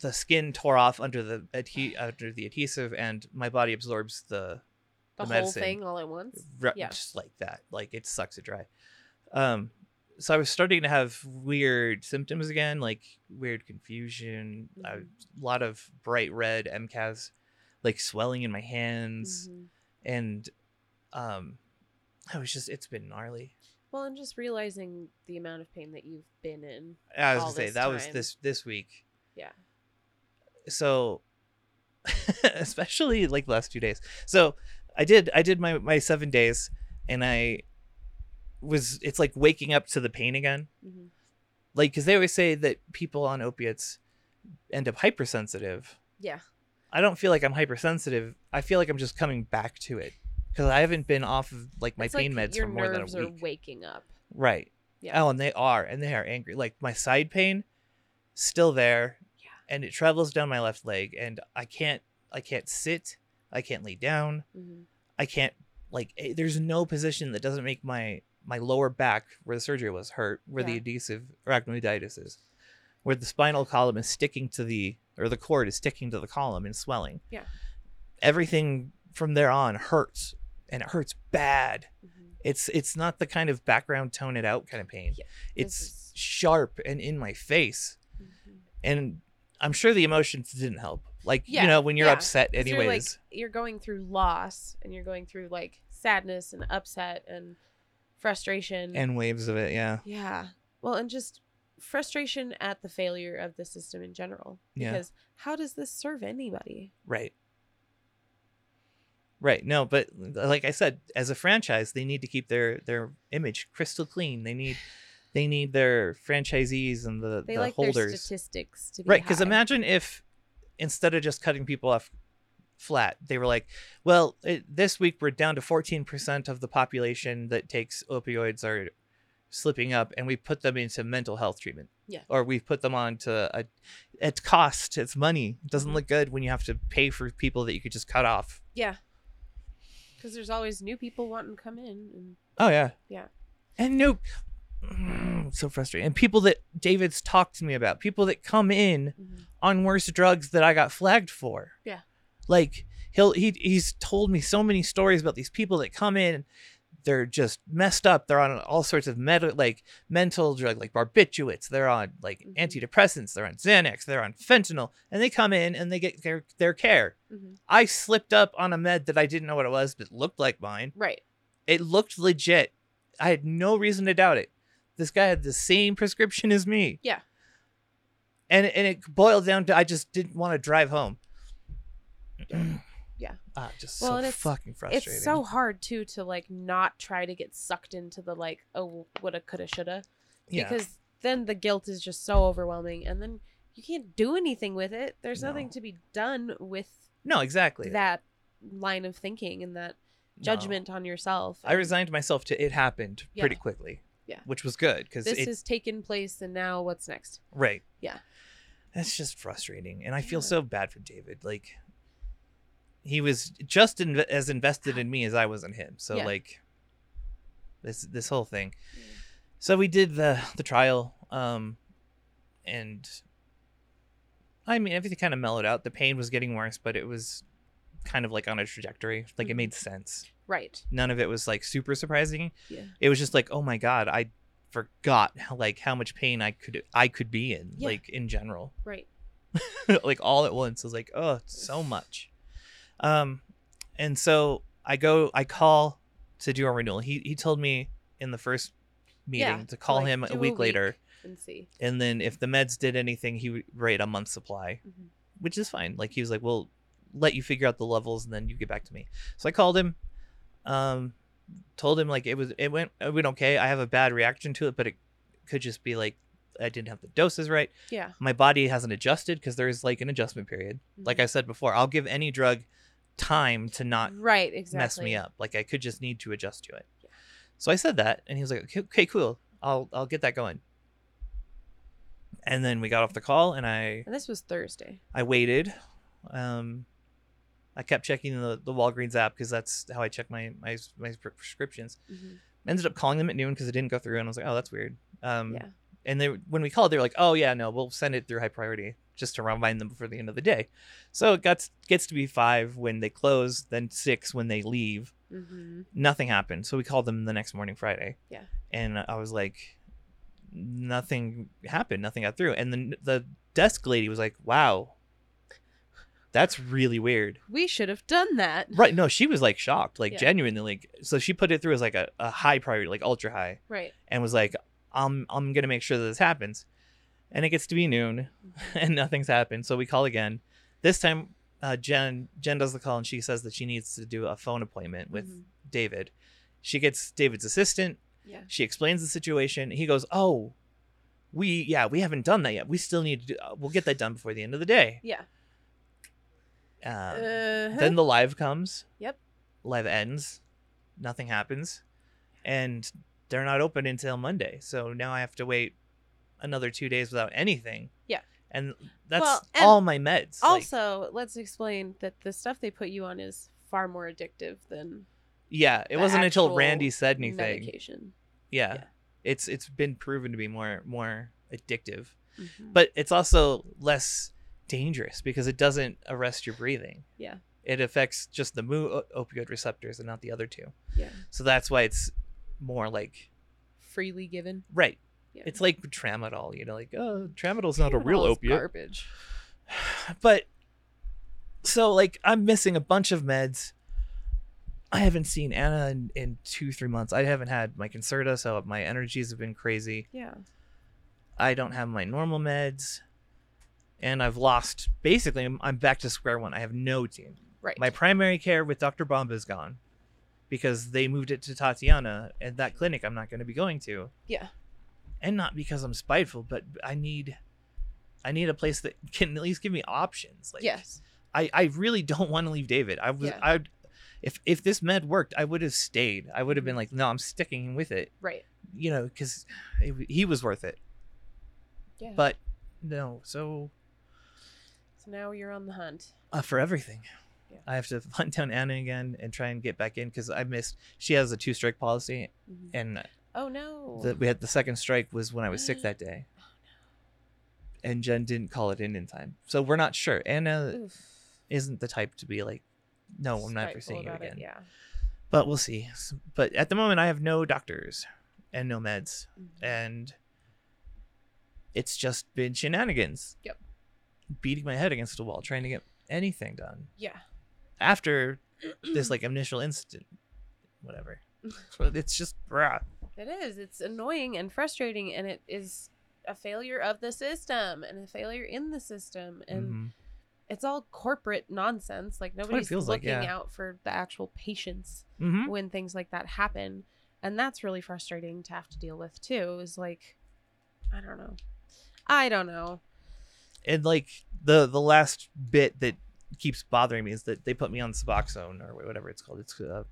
Speaker 2: the skin tore off under the adhe- under the adhesive, and my body absorbs the
Speaker 1: The,
Speaker 2: the
Speaker 1: whole
Speaker 2: medicine.
Speaker 1: thing all at once.
Speaker 2: re-
Speaker 1: Yeah.
Speaker 2: just like that. Like it sucks it dry. Um, so I was starting to have weird symptoms again, like weird confusion, a
Speaker 1: Mhm.
Speaker 2: lot of bright red MCAS, like swelling in my hands
Speaker 1: Mhm.
Speaker 2: and um i was just it's been gnarly
Speaker 1: Well, and just realizing the amount of pain that you've been in.
Speaker 2: i was
Speaker 1: All
Speaker 2: gonna say
Speaker 1: this
Speaker 2: that was
Speaker 1: time.
Speaker 2: this this week
Speaker 1: Yeah.
Speaker 2: so especially like the last two days so i did i did my my seven days and i was it's like waking up to the pain again
Speaker 1: Mhm.
Speaker 2: like because they always say that people on opiates end up hypersensitive
Speaker 1: Yeah.
Speaker 2: i don't feel like i'm hypersensitive i feel like i'm just coming back to it because i haven't been off of like my
Speaker 1: It's like
Speaker 2: pain meds
Speaker 1: your
Speaker 2: for more than a
Speaker 1: nerves
Speaker 2: week
Speaker 1: are waking up.
Speaker 2: Right.
Speaker 1: Yeah.
Speaker 2: Oh, and they are, and they are angry. Like my side pain, still there,
Speaker 1: Yeah.
Speaker 2: and it travels down my left leg, and I can't, I can't sit, I can't lay down,
Speaker 1: hmm
Speaker 2: I can't. Like, eh, there's no position that doesn't make my my lower back where the surgery was hurt, where the
Speaker 1: Yeah.
Speaker 2: adhesive arachnoiditis is, where the spinal column is sticking to the or the cord is sticking to the column and swelling.
Speaker 1: Yeah.
Speaker 2: Everything from there on hurts, and it hurts bad.
Speaker 1: hmm
Speaker 2: It's it's not the kind of background tone it out kind of pain.
Speaker 1: Yeah,
Speaker 2: it's
Speaker 1: is-
Speaker 2: sharp and in my face,
Speaker 1: mm-hmm.
Speaker 2: and I'm sure the emotions didn't help. Like
Speaker 1: Yeah,
Speaker 2: you know when you're
Speaker 1: yeah.
Speaker 2: upset,
Speaker 1: You're, like,
Speaker 2: anyways.
Speaker 1: you're going through loss and you're going through like sadness and upset and frustration.
Speaker 2: and waves of it, yeah.
Speaker 1: yeah. Well, and just frustration at the failure of the system in general.
Speaker 2: Yeah.
Speaker 1: Because how does this serve anybody?
Speaker 2: Right. Right. No, but uh, like I said, as a franchise, they need to keep their their image crystal clean. They need they need their franchisees and the
Speaker 1: They
Speaker 2: the
Speaker 1: like their
Speaker 2: holders.
Speaker 1: statistics to be
Speaker 2: right, cuz
Speaker 1: high.
Speaker 2: imagine if instead of just cutting people off flat, they were like, "Well, it, this week we're down to 14% of the population that takes opioids are slipping up and we put them into mental health treatment."
Speaker 1: Yeah.
Speaker 2: Or we put them on to a it's cost, it's money. It doesn't
Speaker 1: Mhm.
Speaker 2: look good when you have to pay for people that you could just cut off.
Speaker 1: Yeah. Because there's always new people wanting to come in. And
Speaker 2: Oh yeah.
Speaker 1: Yeah.
Speaker 2: And no so frustrating. And people that David's talked to me about, people that come in
Speaker 1: mm-hmm,
Speaker 2: on worse drugs that I got flagged for.
Speaker 1: Yeah.
Speaker 2: Like he'll he he's told me so many stories about these people that come in they're just messed up. They're on all sorts of med- like mental drug like barbiturates. They're on like
Speaker 1: Mhm.
Speaker 2: antidepressants, they're on Xanax, they're on fentanyl and they come in and they get their their care.
Speaker 1: Mhm.
Speaker 2: I slipped up on a med that I didn't know what it was, but looked like mine.
Speaker 1: Right.
Speaker 2: It looked legit. I had no reason to doubt it. This guy had the same prescription as me.
Speaker 1: Yeah.
Speaker 2: And and it boiled down to I just didn't want to drive home.
Speaker 1: Yeah.
Speaker 2: Ah, just
Speaker 1: Well,
Speaker 2: so
Speaker 1: and it's-
Speaker 2: fucking frustrating.
Speaker 1: It's so hard too to like not try to get sucked into the like oh woulda coulda shoulda
Speaker 2: yeah.
Speaker 1: because then the guilt is just so overwhelming and then you can't do anything with it. There's
Speaker 2: No.
Speaker 1: nothing to be done with
Speaker 2: no, exactly.
Speaker 1: that line of thinking and that
Speaker 2: No.
Speaker 1: judgment on yourself.
Speaker 2: I
Speaker 1: And
Speaker 2: resigned myself to it happened
Speaker 1: Yeah.
Speaker 2: pretty quickly.
Speaker 1: Yeah.
Speaker 2: Which was good because
Speaker 1: This
Speaker 2: it
Speaker 1: has taken place and now what's next?
Speaker 2: Right.
Speaker 1: Yeah.
Speaker 2: That's just frustrating. And I feel
Speaker 1: Yeah.
Speaker 2: so bad for David. Like, he was just in, as invested in me as I was in him. So,
Speaker 1: Yeah.
Speaker 2: like, this this whole thing. So we did the the trial, um, and I mean everything kind of mellowed out. The pain was getting worse, but it was kind of like on a trajectory. Like it
Speaker 1: Mhm.
Speaker 2: made sense.
Speaker 1: Right.
Speaker 2: None of it was like super surprising.
Speaker 1: Yeah.
Speaker 2: It was just like, oh my god, I forgot how, like how much pain I could I could be in,
Speaker 1: Yeah.
Speaker 2: like in general.
Speaker 1: Right.
Speaker 2: like all at once. I was like, oh, it's so much. Um, and so I go, I call to do a renewal. He he told me in the first meeting
Speaker 1: Yeah,
Speaker 2: to call
Speaker 1: like,
Speaker 2: him
Speaker 1: do
Speaker 2: a week later,
Speaker 1: and see.
Speaker 2: and then if the meds did anything, he would rate a month's supply,
Speaker 1: Mhm.
Speaker 2: which is fine. Like he was like, we'll let you figure out the levels, and then you get back to me. So I called him, um, told him like it was it went it went okay. I have a bad reaction to it, but it could just be like I didn't have the doses right
Speaker 1: Yeah.
Speaker 2: my body hasn't adjusted because there is like an adjustment period. Like I said before, I'll give any drug time to not
Speaker 1: Mm-hmm. Right, exactly.
Speaker 2: mess me up. Like I could just need to adjust to it.
Speaker 1: Yeah.
Speaker 2: So I said that, and he was like, "Okay, okay, cool. I'll I'll get that going." And then we got off the call, and I
Speaker 1: And this was Thursday.
Speaker 2: I waited. Um, I kept checking the, the Walgreens app because that's how I check my my my prescriptions.
Speaker 1: Mm-hmm.
Speaker 2: Ended up calling them at noon because it didn't go through, and I was like, "Oh, that's weird." Um,
Speaker 1: Yeah.
Speaker 2: and they when we called, they were like, "Oh yeah, no, we'll send it through high priority just to remind them before the end of the day." So it got gets to be five when they close, then six when they leave.
Speaker 1: Mm-hmm.
Speaker 2: Nothing happened, so we called them the next morning, Friday.
Speaker 1: Yeah.
Speaker 2: and I was like, nothing happened, nothing got through, and then the desk lady was like, "Wow, that's really weird."
Speaker 1: We should have done that.
Speaker 2: Right? No, she was like shocked, like
Speaker 1: Yeah.
Speaker 2: genuinely, like so she put it through as like a, a high priority, like ultra high
Speaker 1: Right.
Speaker 2: and was like, "I'm I'm gonna make sure that this happens." And it gets to be noon, and nothing's happened. So we call again. This time, uh, Jen Jen does the call, and she says that she needs to do a phone appointment with
Speaker 1: Mhm.
Speaker 2: David. She gets David's assistant.
Speaker 1: Yeah.
Speaker 2: She explains the situation. He goes, "Oh, we yeah we haven't done that yet. We still need to. Do, uh, we'll get that done before the end of the day."
Speaker 1: Yeah.
Speaker 2: Um,
Speaker 1: Uh-huh.
Speaker 2: Then the live comes.
Speaker 1: Yep.
Speaker 2: Live ends. Nothing happens, and they're not open until Monday. So now I have to wait another two days without anything.
Speaker 1: Yeah.
Speaker 2: And that's
Speaker 1: Well, and
Speaker 2: all my meds. like-
Speaker 1: also, let's explain that the stuff they put you on is far more addictive than
Speaker 2: yeah, it
Speaker 1: the
Speaker 2: wasn't until
Speaker 1: actual
Speaker 2: Randy said anything.
Speaker 1: medication.
Speaker 2: Yeah.
Speaker 1: Yeah.
Speaker 2: It's it's been proven to be more more addictive.
Speaker 1: Mhm.
Speaker 2: But it's also less dangerous because it doesn't arrest your breathing.
Speaker 1: Yeah.
Speaker 2: It affects just the mu- o- opioid receptors and not the other two.
Speaker 1: yeah,
Speaker 2: So that's why it's more like
Speaker 1: freely given.
Speaker 2: right.
Speaker 1: Yeah.
Speaker 2: It's like tramadol, you know, like oh, tramadol's not a real
Speaker 1: Tramadol is
Speaker 2: opiate.
Speaker 1: Garbage.
Speaker 2: but so like I'm missing a bunch of meds. I haven't seen Anna in, in two three months. I haven't had my Concerta, so my energies have been crazy.
Speaker 1: Yeah.
Speaker 2: I don't have my normal meds, and I've lost. Basically, I'm, I'm back to square one. I have no team.
Speaker 1: Right.
Speaker 2: My primary care with Doctor Bomba is gone because they moved it to Tatiana, and that clinic I'm not going to be going to.
Speaker 1: Yeah.
Speaker 2: and not because I'm spiteful, but I need, I need a place that can at least give me options. Like,
Speaker 1: yes.
Speaker 2: I, I really don't want to leave David. I was
Speaker 1: Yeah.
Speaker 2: I if if this med worked, I would have stayed. I would have
Speaker 1: Mm-hmm.
Speaker 2: been like, no, I'm sticking with it.
Speaker 1: Right.
Speaker 2: You know, because he was worth it.
Speaker 1: Yeah.
Speaker 2: But no, so
Speaker 1: so now you're on the hunt.
Speaker 2: uh, for everything,
Speaker 1: Yeah.
Speaker 2: I have to hunt down Anna again and try and get back in because I missed. She has a two strike policy,
Speaker 1: Mhm.
Speaker 2: and
Speaker 1: Oh no.
Speaker 2: the, we had the second strike was when I was sick that day. And Jen didn't call it in in time, so we're not sure. Anna
Speaker 1: Oof.
Speaker 2: isn't the type to be like, "No, I'm not ever
Speaker 1: Spiteful
Speaker 2: seeing you
Speaker 1: about it,
Speaker 2: again."
Speaker 1: Yeah.
Speaker 2: but we'll see. S- But at the moment, I have no doctors and no meds,
Speaker 1: Mhm.
Speaker 2: and it's just been shenanigans.
Speaker 1: Yep.
Speaker 2: Beating my head against the wall, trying to get anything done
Speaker 1: Yeah.
Speaker 2: after this like initial instant, whatever. So It's just brah.
Speaker 1: It is. It's annoying and frustrating, and it is a failure of the system and a failure in the system, and
Speaker 2: Mhm.
Speaker 1: it's all corporate nonsense. Like
Speaker 2: what it
Speaker 1: nobody's
Speaker 2: feels like,
Speaker 1: looking
Speaker 2: yeah.
Speaker 1: out for the actual patients
Speaker 2: Mhm.
Speaker 1: when things like that happen, and that's really frustrating to have to deal with too. Is like, I don't know, I don't know.
Speaker 2: And like the the last bit that keeps bothering me is that they put me on Suboxone or whatever it's called. It's uh,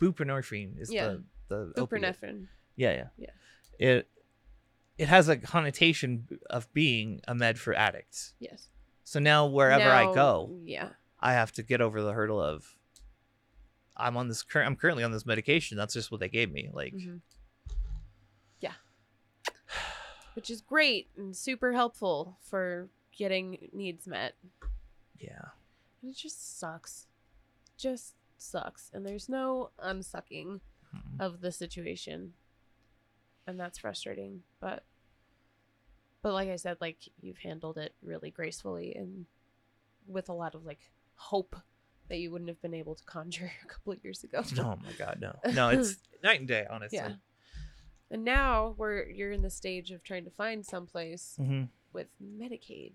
Speaker 2: buprenorphine is
Speaker 1: Yeah.
Speaker 2: the the opiate.
Speaker 1: Buprenorphine.
Speaker 2: Yeah, yeah. Yeah. It it has a connotation of being a med for addicts.
Speaker 1: Yes.
Speaker 2: So now wherever I
Speaker 1: Now-
Speaker 2: go,
Speaker 1: Yeah.
Speaker 2: I have to get over the hurdle of I'm on this current I'm currently on this medication. That's just what they gave me. Like
Speaker 1: Mhm. Yeah. Which is great and super helpful for getting needs met.
Speaker 2: yeah.
Speaker 1: And it just sucks. Just sucks. And there's no unsucking
Speaker 2: Mhm.
Speaker 1: of the situation. And that's frustrating. But but like I said, like you've handled it really gracefully and with a lot of like hope that you wouldn't have been able to conjure a couple of years ago.
Speaker 2: Oh my god, no. No, it's night and day, honestly.
Speaker 1: Yeah. And now we're you're in the stage of trying to find someplace
Speaker 2: hmm
Speaker 1: with Medicaid,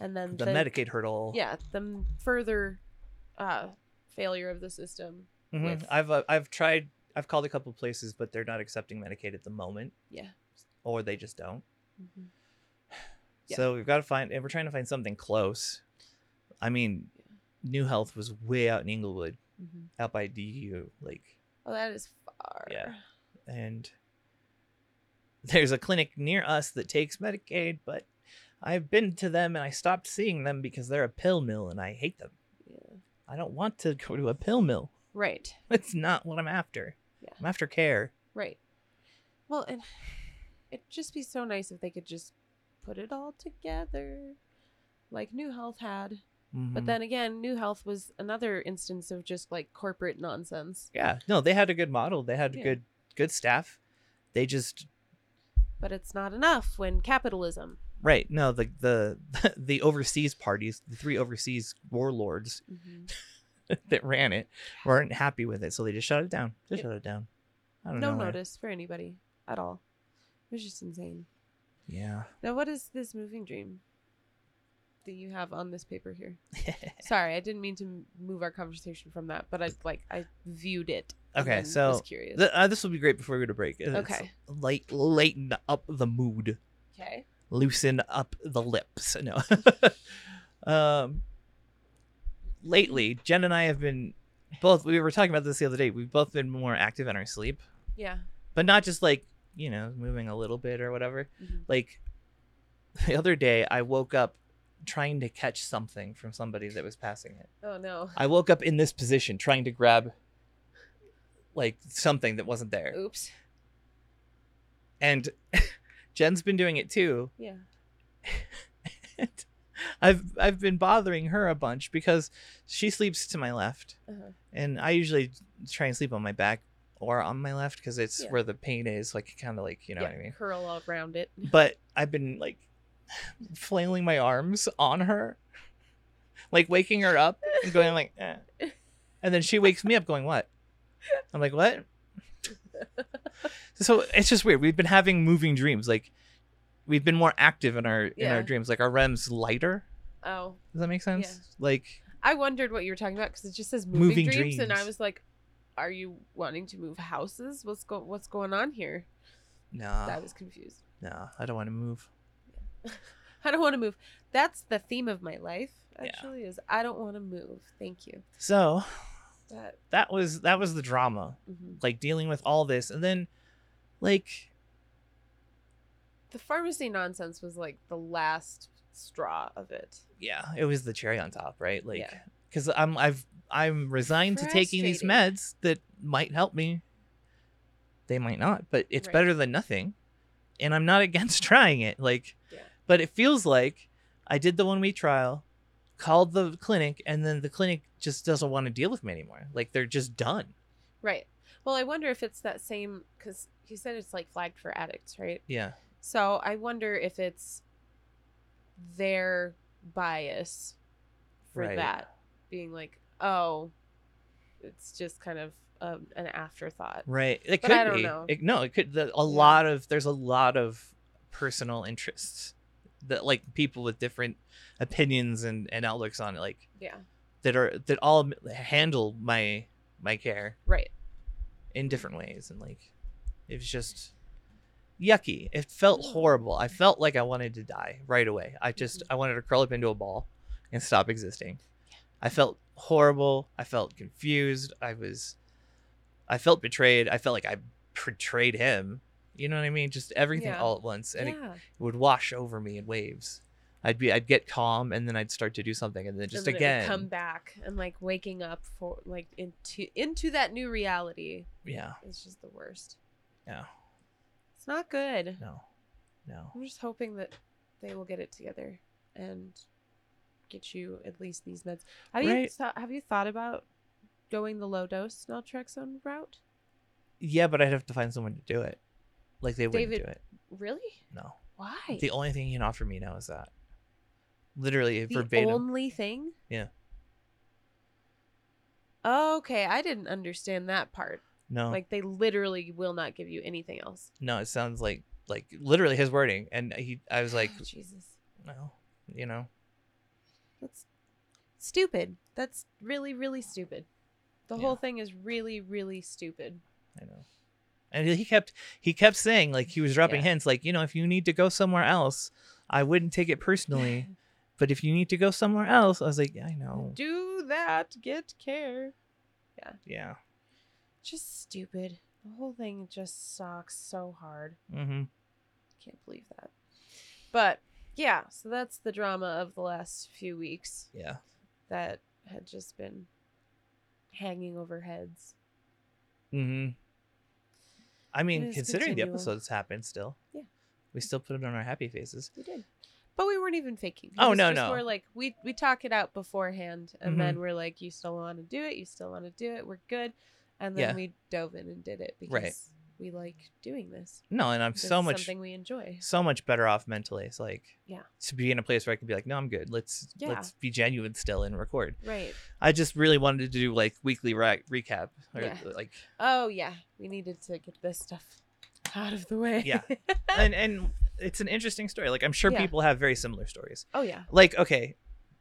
Speaker 1: and then
Speaker 2: The Medicaid hurdle.
Speaker 1: Yeah, the m- further uh, failure of the system.
Speaker 2: Mhm.
Speaker 1: with-
Speaker 2: I've uh, I've tried I've called a couple places, but they're not accepting Medicaid at the moment,
Speaker 1: Yeah.
Speaker 2: or they just don't.
Speaker 1: Mm-hmm. Yeah.
Speaker 2: So we've got to find, and we're trying to find something close. I mean, New Health was way out in Inglewood,
Speaker 1: Mm-hmm.
Speaker 2: out by DU, like,
Speaker 1: Oh, that is far.
Speaker 2: Yeah. and there's a clinic near us that takes Medicaid, but I've been to them and I stopped seeing them because they're a pill mill and I hate them.
Speaker 1: Yeah.
Speaker 2: I don't want to go to a pill mill.
Speaker 1: Right.
Speaker 2: That's not what I'm after.
Speaker 1: Yeah.
Speaker 2: I'm after care.
Speaker 1: Right. Well, and it'd just be so nice if they could just put it all together, like New Health had. But
Speaker 2: Mhm.
Speaker 1: then again, New Health was another instance of just like corporate nonsense.
Speaker 2: yeah, no, they had a good model. They had
Speaker 1: Yeah.
Speaker 2: good good staff. They just
Speaker 1: But it's not enough when capitalism.
Speaker 2: Right. No, the the the overseas parties, the three overseas warlords that ran it, weren't happy with it, so they just shut it down. Just
Speaker 1: Yep.
Speaker 2: shut it down. I don't
Speaker 1: no
Speaker 2: know. why.
Speaker 1: notice for anybody at all. It was just insane.
Speaker 2: Yeah.
Speaker 1: Now, what is this moving dream that you have on this paper here? Sorry, I didn't mean to m- move our conversation from that, but I like I viewed it. and
Speaker 2: Okay,
Speaker 1: then
Speaker 2: so
Speaker 1: was curious.
Speaker 2: Th- uh, this will be great before we go to break. Uh, It's
Speaker 1: Okay.
Speaker 2: Light, lighten up the mood,
Speaker 1: okay,
Speaker 2: loosen up the lips. No. um. Lately, Jen and I have been both. We were talking about this the other day. We've both been more active in our sleep.
Speaker 1: yeah,
Speaker 2: but not just like you know moving a little bit or whatever.
Speaker 1: Mhm.
Speaker 2: Like the other day, I woke up trying to catch something from somebody that was passing it.
Speaker 1: Oh no.
Speaker 2: I woke up in this position trying to grab like something that wasn't there,
Speaker 1: Oops.
Speaker 2: and Jen's been doing it too.
Speaker 1: Yeah.
Speaker 2: And I've I've been bothering her a bunch because she sleeps to my left,
Speaker 1: Uh-huh.
Speaker 2: and I usually try and sleep on my back or on my left because it's
Speaker 1: Yeah.
Speaker 2: where the pain is, like kind of like you know
Speaker 1: yeah.
Speaker 2: what I mean.
Speaker 1: Curl all around it.
Speaker 2: But I've been like flailing my arms on her, like waking her up and going like, eh. and then she wakes me up going what? I'm like what? so it's just weird. We've been having moving dreams, like we've been more active in our in
Speaker 1: Yeah.
Speaker 2: our dreams, like our REM's lighter.
Speaker 1: Oh.
Speaker 2: Does that make sense? Like
Speaker 1: I wondered what you were talking about because it just says moving,
Speaker 2: Moving
Speaker 1: dreams, and I
Speaker 2: dreams.
Speaker 1: was like, "Are you wanting to move houses? What's go What's going on here?"
Speaker 2: no,
Speaker 1: I was confused.
Speaker 2: no, I don't want to move.
Speaker 1: I don't want to move. That's the theme of my life.
Speaker 2: Yeah.
Speaker 1: Actually, is I don't want to move. Thank you.
Speaker 2: So
Speaker 1: That.
Speaker 2: that was that was the drama,
Speaker 1: mhm.
Speaker 2: like dealing with all this, and then like
Speaker 1: The pharmacy nonsense was like the last straw of it.
Speaker 2: yeah, it was the cherry on top, right? Like
Speaker 1: Yeah.
Speaker 2: because I'm I've I'm resigned to taking these
Speaker 1: Frustrating.
Speaker 2: meds that might help me. They might not, but it's
Speaker 1: Right.
Speaker 2: better than nothing, and I'm not against trying it. Like,
Speaker 1: Yeah.
Speaker 2: but it feels like I did the one week trial, called the clinic, and then the clinic just doesn't want to deal with me anymore. Like they're just done.
Speaker 1: Right. Well, I wonder if it's that same because you said it's like flagged for addicts, right?
Speaker 2: Yeah.
Speaker 1: So I wonder if it's their bias for
Speaker 2: Right.
Speaker 1: that being like, oh, it's just kind of um, an afterthought.
Speaker 2: Right. It
Speaker 1: But
Speaker 2: could
Speaker 1: I don't
Speaker 2: be.
Speaker 1: know.
Speaker 2: It- no, it could. The, a lot of there's a lot of personal interests that like people with different opinions and and outlooks on it, like
Speaker 1: Yeah.
Speaker 2: that are that all m- handle my my care
Speaker 1: Right.
Speaker 2: in different ways, and like it was just yucky. It felt horrible. I felt like I wanted to die right away. I just
Speaker 1: Mhm.
Speaker 2: I wanted to curl up into a ball and stop existing. I felt horrible. I felt confused. I was I felt betrayed. I felt like I betrayed him. You know what I mean? Just everything
Speaker 1: Yeah.
Speaker 2: all at once and it
Speaker 1: yeah.
Speaker 2: would wash over me in waves. I'd be I'd get calm and then I'd start to do something and then just
Speaker 1: and then it would
Speaker 2: again
Speaker 1: come back and like waking up for like into into that new reality
Speaker 2: Yeah.
Speaker 1: is just the worst.
Speaker 2: No.
Speaker 1: It's not good.
Speaker 2: No. No.
Speaker 1: I'm just hoping that they will get it together and get you at least these meds. Have you
Speaker 2: Right.
Speaker 1: thought have you thought about going the low dose naltrexone route?
Speaker 2: Yeah, but I'd have to find someone to do it. Like they wouldn't
Speaker 1: David-
Speaker 2: do it.
Speaker 1: Really?
Speaker 2: No.
Speaker 1: Why?
Speaker 2: The only thing you can offer me now is that. Literally
Speaker 1: The
Speaker 2: verbatim.
Speaker 1: only thing.
Speaker 2: Yeah.
Speaker 1: Okay, I didn't understand that part.
Speaker 2: no.
Speaker 1: Like they literally will not give you anything else.
Speaker 2: no, it sounds like like literally his wording. And he I was like,
Speaker 1: Oh, Jesus,
Speaker 2: no, you know.
Speaker 1: that's stupid. That's really, really stupid. The
Speaker 2: Yeah.
Speaker 1: whole thing is really, really stupid.
Speaker 2: I know. And he kept he kept saying like he was dropping
Speaker 1: Yeah.
Speaker 2: hints like you know if you need to go somewhere else I wouldn't take it personally but if you need to go somewhere else I was like yeah, I know
Speaker 1: Do that. Get care.
Speaker 2: yeah
Speaker 1: Just stupid. The whole thing just sucks so hard.
Speaker 2: mm-hmm.
Speaker 1: Can't believe that. But yeah, so that's the drama of the last few weeks.
Speaker 2: yeah
Speaker 1: that had just been hanging over heads.
Speaker 2: mm-hmm. I mean
Speaker 1: It's
Speaker 2: considering the
Speaker 1: continual.
Speaker 2: episodes happened still
Speaker 1: Yeah.
Speaker 2: we still put it on our happy faces
Speaker 1: We did, but we weren't even faking. It
Speaker 2: Oh,
Speaker 1: was
Speaker 2: no,
Speaker 1: just
Speaker 2: no.
Speaker 1: More like we we talk it out beforehand, and
Speaker 2: Mhm.
Speaker 1: then we're like, "You still want to do it? You still want to do it? We're good." And then
Speaker 2: Yeah.
Speaker 1: we dove in and did it because
Speaker 2: Right.
Speaker 1: we like doing this.
Speaker 2: no and I'm
Speaker 1: This
Speaker 2: so
Speaker 1: is
Speaker 2: much
Speaker 1: something we enjoy.
Speaker 2: so much better off mentally it's like
Speaker 1: Yeah.
Speaker 2: to be in a place where I can be like no I'm good let's
Speaker 1: Yeah.
Speaker 2: let's be genuine still and record
Speaker 1: Right.
Speaker 2: I just really wanted to do like weekly re- recap or
Speaker 1: Yeah.
Speaker 2: like
Speaker 1: Oh yeah, we needed to get this stuff out of the way.
Speaker 2: Yeah. and and it's an interesting story. Like I'm sure
Speaker 1: Yeah.
Speaker 2: people have very similar stories.
Speaker 1: oh yeah.
Speaker 2: Like okay,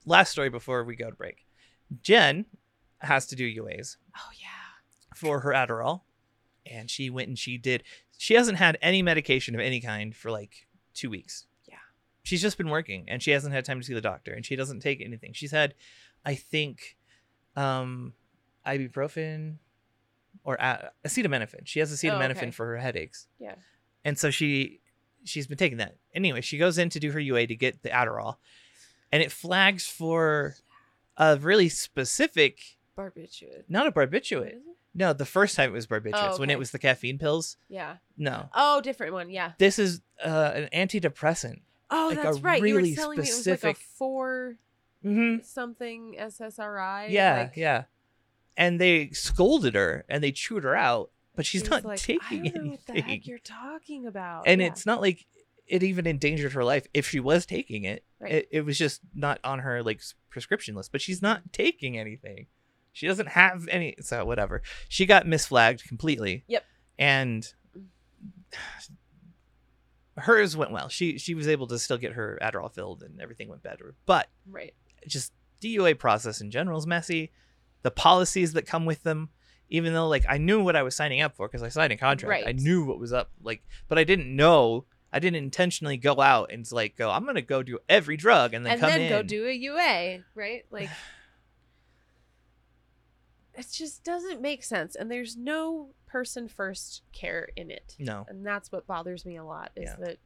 Speaker 2: last story before we go to break. Jen has to do UAs
Speaker 1: Oh yeah.
Speaker 2: for her Adderall, and she went and she did. She hasn't had any medication of any kind for like two weeks.
Speaker 1: Yeah.
Speaker 2: she's just been working, and she hasn't had time to see the doctor, and she doesn't take anything. She's had, I think, um, ibuprofen, or a- acetaminophen. She has acetaminophen
Speaker 1: Oh, okay.
Speaker 2: for her headaches.
Speaker 1: Yeah.
Speaker 2: And so she she's been taking that. Anyway, she goes in to do her UA to get the Adderall, and it flags for a really specific,
Speaker 1: Barbiturate.
Speaker 2: not a
Speaker 1: What
Speaker 2: barbiturate.
Speaker 1: is it?
Speaker 2: No, the first time it was barbiturates when
Speaker 1: Oh, okay.
Speaker 2: it was the caffeine pills.
Speaker 1: Yeah.
Speaker 2: No,
Speaker 1: Oh, different one. Yeah.
Speaker 2: this is uh, an antidepressant.
Speaker 1: Oh,
Speaker 2: Like a
Speaker 1: that's right. you
Speaker 2: really
Speaker 1: were telling me it was like
Speaker 2: specific-
Speaker 1: a four
Speaker 2: Mm-hmm.
Speaker 1: something SSRI.
Speaker 2: Yeah,
Speaker 1: like,
Speaker 2: yeah. And they scolded her and they chewed her out, but she's
Speaker 1: she's
Speaker 2: not
Speaker 1: like,
Speaker 2: taking
Speaker 1: I don't know what the
Speaker 2: anything.
Speaker 1: heck you're talking about.
Speaker 2: and
Speaker 1: Yeah,
Speaker 2: it's not like it even endangered her life if she was taking it.
Speaker 1: right.
Speaker 2: it it was just not on her like s- prescription list but she's not taking anything she doesn't have any so whatever she got misflagged completely
Speaker 1: Yep.
Speaker 2: and hers went well she she was able to still get her adderall filled and everything went better but
Speaker 1: right.
Speaker 2: just dua process in general is messy the policies that come with them even though like i knew what i was signing up for because i signed a contract i
Speaker 1: Right.
Speaker 2: knew what was up like but i didn't know i didn't intentionally go out and like go i'm gonna go do every drug and then
Speaker 1: And
Speaker 2: come
Speaker 1: then
Speaker 2: in
Speaker 1: go do a UA, right? Like it just doesn't make sense. And there's no person first care in it.
Speaker 2: no
Speaker 1: And that's what bothers me a lot is
Speaker 2: Yeah.
Speaker 1: that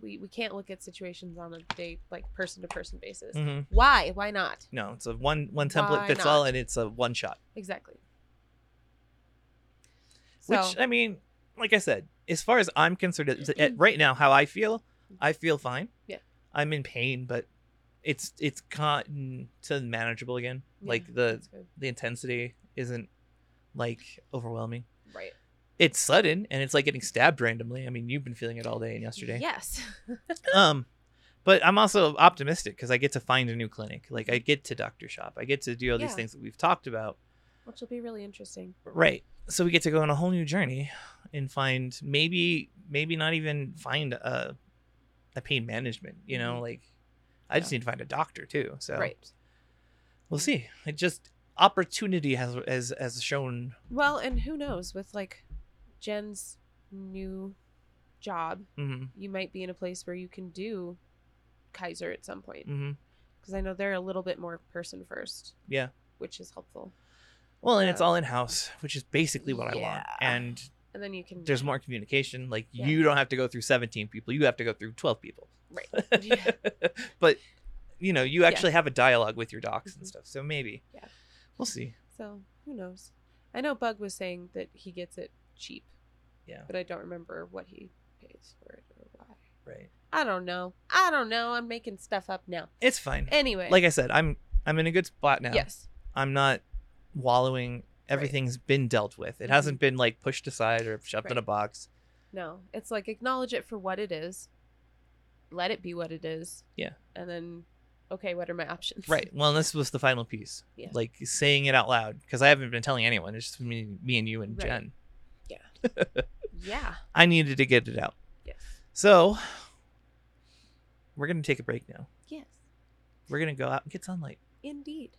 Speaker 1: we we can't look at situations on a day like person to person basis.
Speaker 2: hmm
Speaker 1: Why? Why not?
Speaker 2: no it's a one one template
Speaker 1: Why
Speaker 2: fits
Speaker 1: not?
Speaker 2: all and it's a one shot
Speaker 1: Exactly. So
Speaker 2: which uh, i mean like i said as far as i'm concerned at- at right now how i feel i feel fine
Speaker 1: Mm-hmm. Yeah.
Speaker 2: i'm in pain but it's it's gotten to manageable again
Speaker 1: yeah,
Speaker 2: like the
Speaker 1: that's good.
Speaker 2: the intensity isn't like overwhelming.
Speaker 1: right
Speaker 2: It's sudden and it's like getting stabbed randomly. I mean, you've been feeling it all day and yesterday.
Speaker 1: Yes.
Speaker 2: Um but I'm also optimistic cuz I get to find a new clinic. Like I get to doctor shop. I get to do all these
Speaker 1: Yeah.
Speaker 2: things that we've talked about.
Speaker 1: Which will be really interesting.
Speaker 2: Right. So we get to go on a whole new journey and find maybe maybe not even find a a pain management, you know,
Speaker 1: Mhm.
Speaker 2: like I just need to find a doctor too. So
Speaker 1: Right.
Speaker 2: we'll see. It just opportunity has has has shown
Speaker 1: Well, and who knows with like Jen's new job,
Speaker 2: mhm,
Speaker 1: you might be in a place where you can do Kaiser at some point
Speaker 2: mhm.
Speaker 1: because I know they're a little bit more person first.
Speaker 2: Yeah.
Speaker 1: Which is helpful.
Speaker 2: Well, and it's
Speaker 1: Yeah.
Speaker 2: all in house, which is basically what I want.
Speaker 1: Yeah.
Speaker 2: And
Speaker 1: And then you can
Speaker 2: there's more communication. Like
Speaker 1: Yeah.
Speaker 2: you don't have to go through 17 people; you have to go through 12 people.
Speaker 1: Right. Yeah.
Speaker 2: but you know, you
Speaker 1: Yeah.
Speaker 2: actually have a dialogue with your docs and
Speaker 1: Mhm.
Speaker 2: stuff. So maybe.
Speaker 1: Yeah.
Speaker 2: We'll see.
Speaker 1: So, who knows. I know Bug was saying that he gets it cheap.
Speaker 2: Yeah.
Speaker 1: But I don't remember what he pays for it or why.
Speaker 2: Right.
Speaker 1: I don't know. I don't know. I'm making stuff up now.
Speaker 2: It's fine.
Speaker 1: Anyway.
Speaker 2: like I said, I'm I'm in a good spot now.
Speaker 1: Yes.
Speaker 2: I'm not wallowing. Everything's been dealt with. It
Speaker 1: Mhm.
Speaker 2: hasn't been like pushed aside or shoved in
Speaker 1: Right.
Speaker 2: a box.
Speaker 1: No, it's like acknowledge it for what it is. Let it be what it is.
Speaker 2: Yeah.
Speaker 1: And then, okay, what are my options?
Speaker 2: Right. Well, this was the final piece.
Speaker 1: Yeah.
Speaker 2: Like saying it out loud because I haven't been telling anyone. It's just me, me and you and
Speaker 1: Right.
Speaker 2: Jen.
Speaker 1: Yeah.
Speaker 2: I needed to get it out.
Speaker 1: Yes.
Speaker 2: So we're gonna take a break now.
Speaker 1: Yes.
Speaker 2: We're gonna go out and get sunlight.
Speaker 1: Indeed.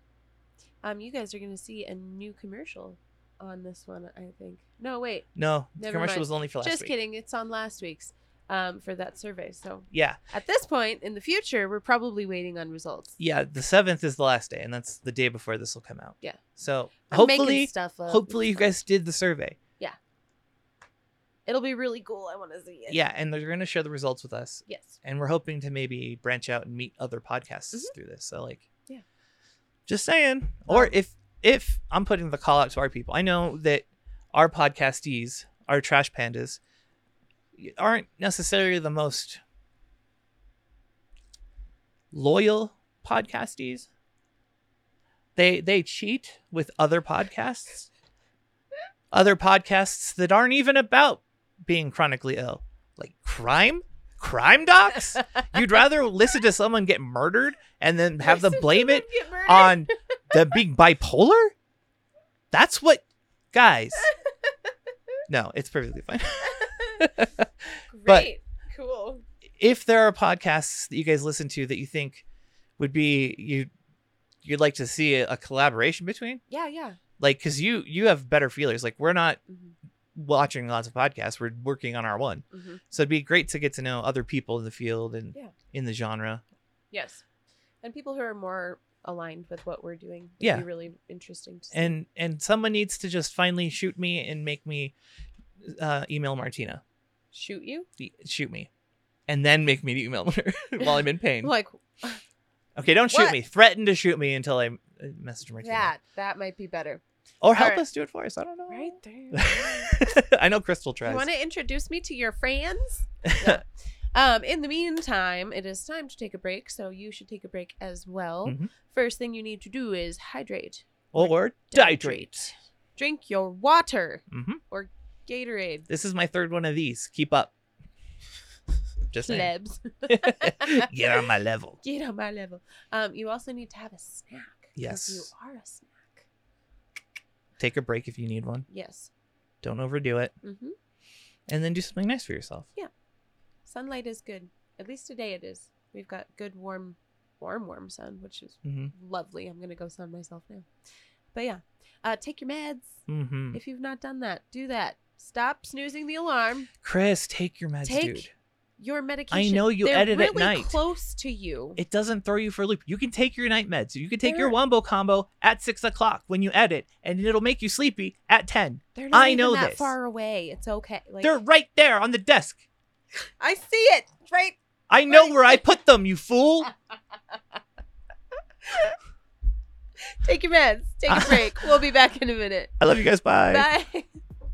Speaker 1: Um, you guys are gonna see a new commercial on this one, I think. No, wait.
Speaker 2: No, the
Speaker 1: Never
Speaker 2: commercial
Speaker 1: mind.
Speaker 2: was only for last
Speaker 1: Just
Speaker 2: week.
Speaker 1: kidding. It's on last week's um, for that survey. So
Speaker 2: Yeah,
Speaker 1: at this point in the future, we're probably waiting on results.
Speaker 2: yeah. The seventh is the last day, and that's the day before this will come out.
Speaker 1: Yeah.
Speaker 2: So
Speaker 1: I'm making
Speaker 2: hopefully,
Speaker 1: stuff up.
Speaker 2: hopefully you
Speaker 1: It's fine.
Speaker 2: guys did the survey.
Speaker 1: It'll be really cool. I want to see it.
Speaker 2: Yeah, and they're gonna share the results with us,
Speaker 1: Yes.
Speaker 2: and we're hoping to maybe branch out and meet other podcasts
Speaker 1: Mhm.
Speaker 2: through this. So like,
Speaker 1: Yeah.
Speaker 2: Just saying.
Speaker 1: Well-
Speaker 2: or if if I'm putting the call out to our people, I know that our podcastees, our trash pandas, aren't necessarily the most loyal podcastees. They they cheat with other podcasts. other podcasts that aren't even about being chronically ill. Like crime? Crime docs? You'd rather listen to someone get murdered and then have them
Speaker 1: Listen to
Speaker 2: blame it
Speaker 1: get murdered.
Speaker 2: on them being bipolar? That's what guys. No, it's perfectly fine. but-
Speaker 1: Great. cool.
Speaker 2: If there are podcasts that you guys listen to that you think would be you you'd like to see a, a collaboration between,
Speaker 1: Yeah, yeah.
Speaker 2: like cuz you you have better feelers. Like we're not
Speaker 1: Mhm,
Speaker 2: watching lots of podcasts, we're working on our one.
Speaker 1: mhm.
Speaker 2: So it'd be great to get to know other people in the field and
Speaker 1: Yeah.
Speaker 2: in the genre.
Speaker 1: Yes. And people who are more aligned with what we're doing. It'd
Speaker 2: Yeah.
Speaker 1: be really interesting. To see.
Speaker 2: and and someone needs to just finally shoot me and make me uh, email Martina,
Speaker 1: shoot you
Speaker 2: E- shoot me, and then make me email her while I'm in pain.
Speaker 1: like
Speaker 2: okay, don't shoot
Speaker 1: What?
Speaker 2: me. Threaten to shoot me until I uh, message Martina,
Speaker 1: that. That might be better.
Speaker 2: or help
Speaker 1: Alright.
Speaker 2: us do it for us. I don't know.
Speaker 1: Right there.
Speaker 2: I know Crystal
Speaker 1: You
Speaker 2: tries.
Speaker 1: want to introduce me to your friends? No. um, in the meantime, it is time to take a break, so you should take a break as well.
Speaker 2: Mhm.
Speaker 1: First thing you need to do is hydrate,
Speaker 2: or dihydrate.
Speaker 1: drink your water,
Speaker 2: hmm
Speaker 1: Gatorade,
Speaker 2: This is my third one of these. Keep up. Just saying.
Speaker 1: plebs.
Speaker 2: Get on my level.
Speaker 1: Get on my level. Um, you also need to have a snack. 'cause
Speaker 2: Yes.
Speaker 1: you are a snack.
Speaker 2: Take a break if you need one.
Speaker 1: Yes.
Speaker 2: Don't overdo it,
Speaker 1: hmm
Speaker 2: and then do something nice for yourself.
Speaker 1: Sunlight is good. At least today it is. We've got good warm, warm, warm sun, which is
Speaker 2: hmm
Speaker 1: lovely. I'm gonna go sun myself now. But yeah, uh, take your meds.
Speaker 2: hmm
Speaker 1: If you've not done that, do that. Stop snoozing the alarm.
Speaker 2: Chris, take your meds,
Speaker 1: Take-
Speaker 2: dude.
Speaker 1: Your medication.
Speaker 2: know you
Speaker 1: they're
Speaker 2: edit at
Speaker 1: really
Speaker 2: night.
Speaker 1: close to you.
Speaker 2: It doesn't throw you for a loop. You can take your night meds. You can take your
Speaker 1: They're-
Speaker 2: wombo combo at six o'clock when you edit, and it'll make you sleepy at ten.
Speaker 1: they're not
Speaker 2: I
Speaker 1: even
Speaker 2: know
Speaker 1: that
Speaker 2: this.
Speaker 1: far away. It's okay. Like
Speaker 2: They're right there on the desk.
Speaker 1: I see it right.
Speaker 2: I know where I put them, you fool.
Speaker 1: Take your meds. Take a break. we'll be back in a minute.
Speaker 2: I love you guys.
Speaker 1: Bye.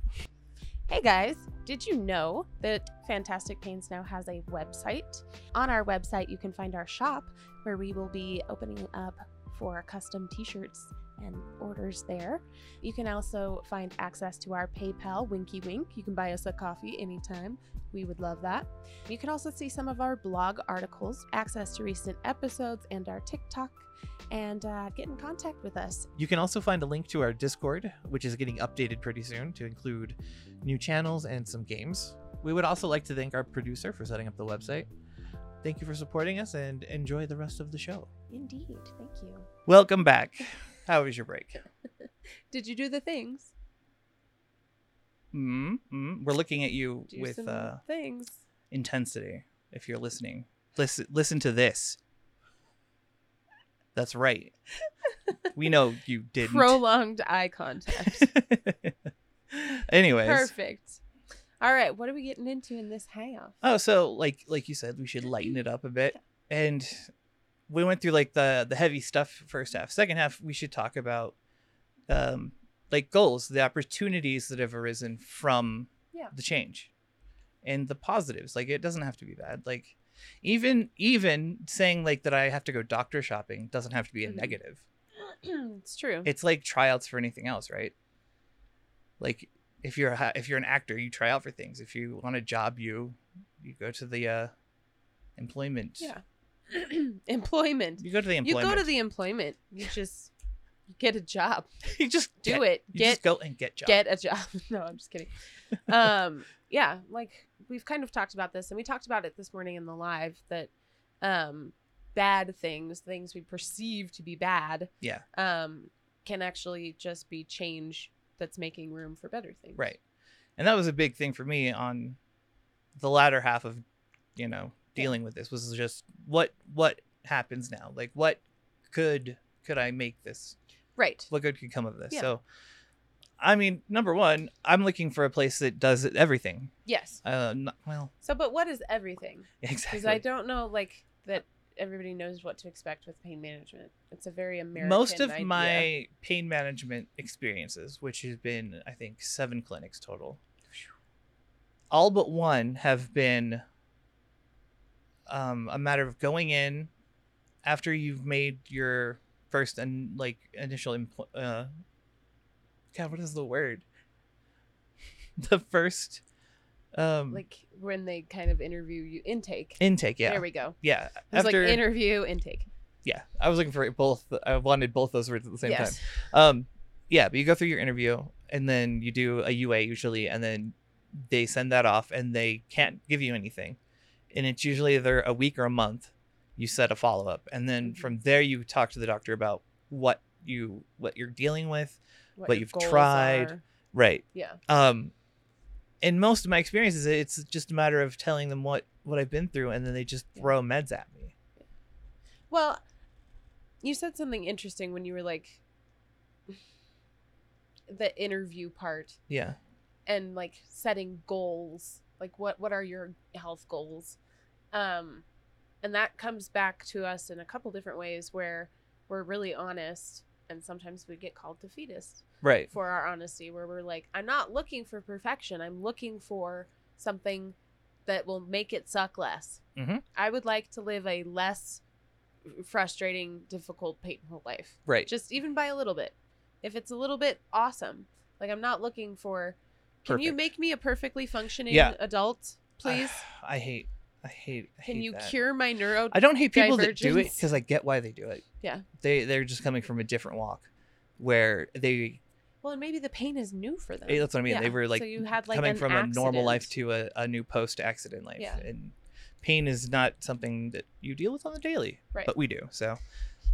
Speaker 1: hey guys, did you know that Fantastic Pains now has a website? On our website, you can find our shop where we will be opening up for custom t shirts and orders there. You can also find access to our PayPal, Winky Wink. You can buy us a coffee anytime. We would love that. You can also see some of our blog articles, access to recent episodes, and our TikTok, and uh, get in contact with us.
Speaker 2: You can also find a link to our Discord, which is getting updated pretty soon to include new channels and some games. We would also like to thank our producer for setting up the website. Thank you for supporting us and enjoy the rest of the show.
Speaker 1: Indeed. Thank you.
Speaker 2: Welcome back. How was your break?
Speaker 1: Did you do the things?
Speaker 2: mm mm. We're looking at you
Speaker 1: do
Speaker 2: with
Speaker 1: some
Speaker 2: uh,
Speaker 1: things.
Speaker 2: intensity if you're listening. Listen, listen to this. That's right. We know you didn't.
Speaker 1: Prolonged eye contact.
Speaker 2: Anyways.
Speaker 1: Perfect. All right, what are we getting into in this hangout?
Speaker 2: Oh, so like like you said, we should lighten it up a bit. And we went through like the the heavy stuff first half. Second half, we should talk about um like goals, the opportunities that have arisen from
Speaker 1: Yeah.
Speaker 2: the change and the positives. Like it doesn't have to be bad. Like even even saying like that I have to go doctor shopping doesn't have to be a
Speaker 1: Mhm.
Speaker 2: negative.
Speaker 1: it's true.
Speaker 2: It's like tryouts for anything else, right? Like if you're a, ha- if you're an actor, you try out for things. If you want a job, you you go to the uh, employment.
Speaker 1: yeah. employment.
Speaker 2: You go to the
Speaker 1: You
Speaker 2: employment.
Speaker 1: go to the employment. You just you get a job.
Speaker 2: you just
Speaker 1: Do
Speaker 2: get,
Speaker 1: it.
Speaker 2: You
Speaker 1: Get
Speaker 2: just go and get job.
Speaker 1: get a job. No, I'm just kidding. Um, yeah, like we've kind of talked about this, and we talked about it this morning in the live that um, bad things, things we perceive to be bad,
Speaker 2: Yeah.
Speaker 1: um, can actually just be change that's making room for better things.
Speaker 2: right. And that was a big thing for me on the latter half of you know dealing with this was just what what happens now? Like what could could I make this
Speaker 1: Right.
Speaker 2: what good could come of this?
Speaker 1: Yeah.
Speaker 2: So, I mean, number one, I'm looking for a place that does everything.
Speaker 1: Yes.
Speaker 2: Uh, not, well,
Speaker 1: So, but what is everything?
Speaker 2: exactly.
Speaker 1: Because I don't know, like that everybody knows what to expect with pain management. It's a very American.
Speaker 2: Most of
Speaker 1: idea.
Speaker 2: my pain management experiences, which has been, I think, seven clinics total, all but one have been um, a matter of going in after you've made your first and like initial impl- uh, God, what is the word? the first um,
Speaker 1: like when they kind of interview you intake.
Speaker 2: intake, yeah,
Speaker 1: There we go.
Speaker 2: yeah.
Speaker 1: It's
Speaker 2: After
Speaker 1: like interview intake.
Speaker 2: yeah, I was looking for both. I wanted both those words at the same time.
Speaker 1: yes.
Speaker 2: Um, yeah, but you go through your interview and then you do a UA usually, and then they send that off and they can't give you anything. And it's usually either a week or a month you set a follow up. And then
Speaker 1: Mhm.
Speaker 2: from there you talk to the doctor about what you what you're dealing with. But
Speaker 1: your
Speaker 2: you've
Speaker 1: goals
Speaker 2: tried.
Speaker 1: are.
Speaker 2: Right.
Speaker 1: Yeah.
Speaker 2: Um in most of my experiences it's just a matter of telling them what what I've been through and then they just
Speaker 1: Yeah.
Speaker 2: throw meds at me.
Speaker 1: Well, You said something interesting when you were like the interview part
Speaker 2: Yeah.
Speaker 1: and like setting goals. Like what what are your health goals? Um and that comes back to us in a couple different ways where we're really honest and sometimes we get called defeatist
Speaker 2: Right.
Speaker 1: for our honesty where we're like i'm not looking for perfection i'm looking for something that will make it suck less
Speaker 2: Mhm.
Speaker 1: i would like to live a less frustrating difficult painful life
Speaker 2: Right.
Speaker 1: just even by a little bit if it's a little bit awesome like i'm not looking for can you
Speaker 2: Perfect.
Speaker 1: make me a perfectly functioning
Speaker 2: Yeah.
Speaker 1: adult please
Speaker 2: I hate. I hate. I
Speaker 1: can
Speaker 2: hate
Speaker 1: you
Speaker 2: that.
Speaker 1: cure my neuro
Speaker 2: I don't hate people that do it
Speaker 1: Divergence.
Speaker 2: because I get why they do it.
Speaker 1: Yeah.
Speaker 2: They they're just coming from a different walk, where they
Speaker 1: well and maybe the pain is new for them
Speaker 2: eh, that's what I mean. They
Speaker 1: Yeah.
Speaker 2: were like,
Speaker 1: So you had, like,
Speaker 2: coming
Speaker 1: an
Speaker 2: from a normal life
Speaker 1: accident.
Speaker 2: to a, a new post accident life,
Speaker 1: Yeah.
Speaker 2: and pain is not something that you deal with on the daily,
Speaker 1: Right.
Speaker 2: but we do. So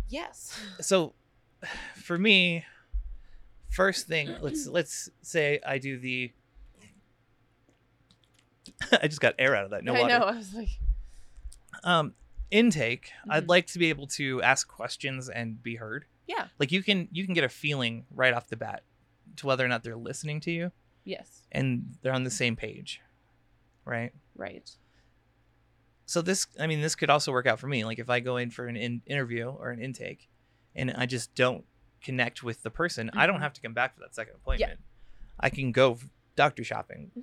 Speaker 1: yes
Speaker 2: so for me, first thing let's let's say I do the. I just got air out of that. No
Speaker 1: i
Speaker 2: water.
Speaker 1: know i was like
Speaker 2: um intake i'd
Speaker 1: Mhm.
Speaker 2: like to be able to ask questions and be heard
Speaker 1: Yeah.
Speaker 2: like you can you can get a feeling right off the bat to whether or not they're listening to you
Speaker 1: yes
Speaker 2: and they're on the same page right
Speaker 1: right
Speaker 2: so this i mean this could also work out for me like if i go in for an in- interview or an intake and i just don't connect with the person i don't
Speaker 1: Mhm.
Speaker 2: have to come back for that second appointment i can go f- doctor shopping
Speaker 1: Mhm.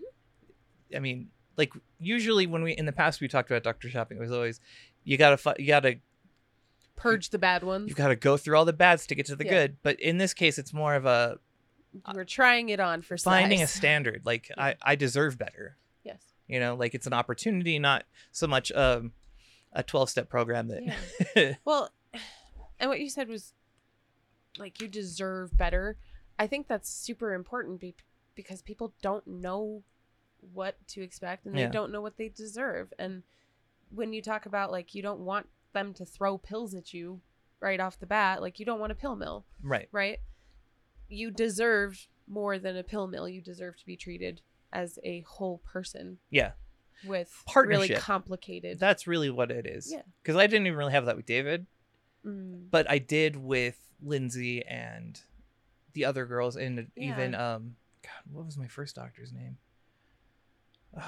Speaker 2: i mean like usually when we in the past we talked about doctor shopping it was always you gotta fi- you gotta
Speaker 1: purge the bad ones
Speaker 2: you've got to go through all the bads to get to the
Speaker 1: Yeah.
Speaker 2: good but in this case it's more of a
Speaker 1: we're trying it on for
Speaker 2: uh, finding a
Speaker 1: size.
Speaker 2: standard like i i deserve better
Speaker 1: yes
Speaker 2: you know like it's an opportunity not so much um a 12 step program that
Speaker 1: well and what you said was like you deserve better i think that's super important be- because people don't know what to expect and they
Speaker 2: Yeah.
Speaker 1: don't know what they deserve and when you talk about like you don't want them to throw pills at you right off the bat like you don't want a pill mill
Speaker 2: right
Speaker 1: right you deserve more than a pill mill you deserve to be treated as a whole person
Speaker 2: yeah
Speaker 1: with really
Speaker 2: Partnership.
Speaker 1: complicated
Speaker 2: that's really what it is
Speaker 1: Yeah.
Speaker 2: because i didn't even really have that with david
Speaker 1: Mm.
Speaker 2: but i did with lindsay and the other girls and even um god what was my first doctor's name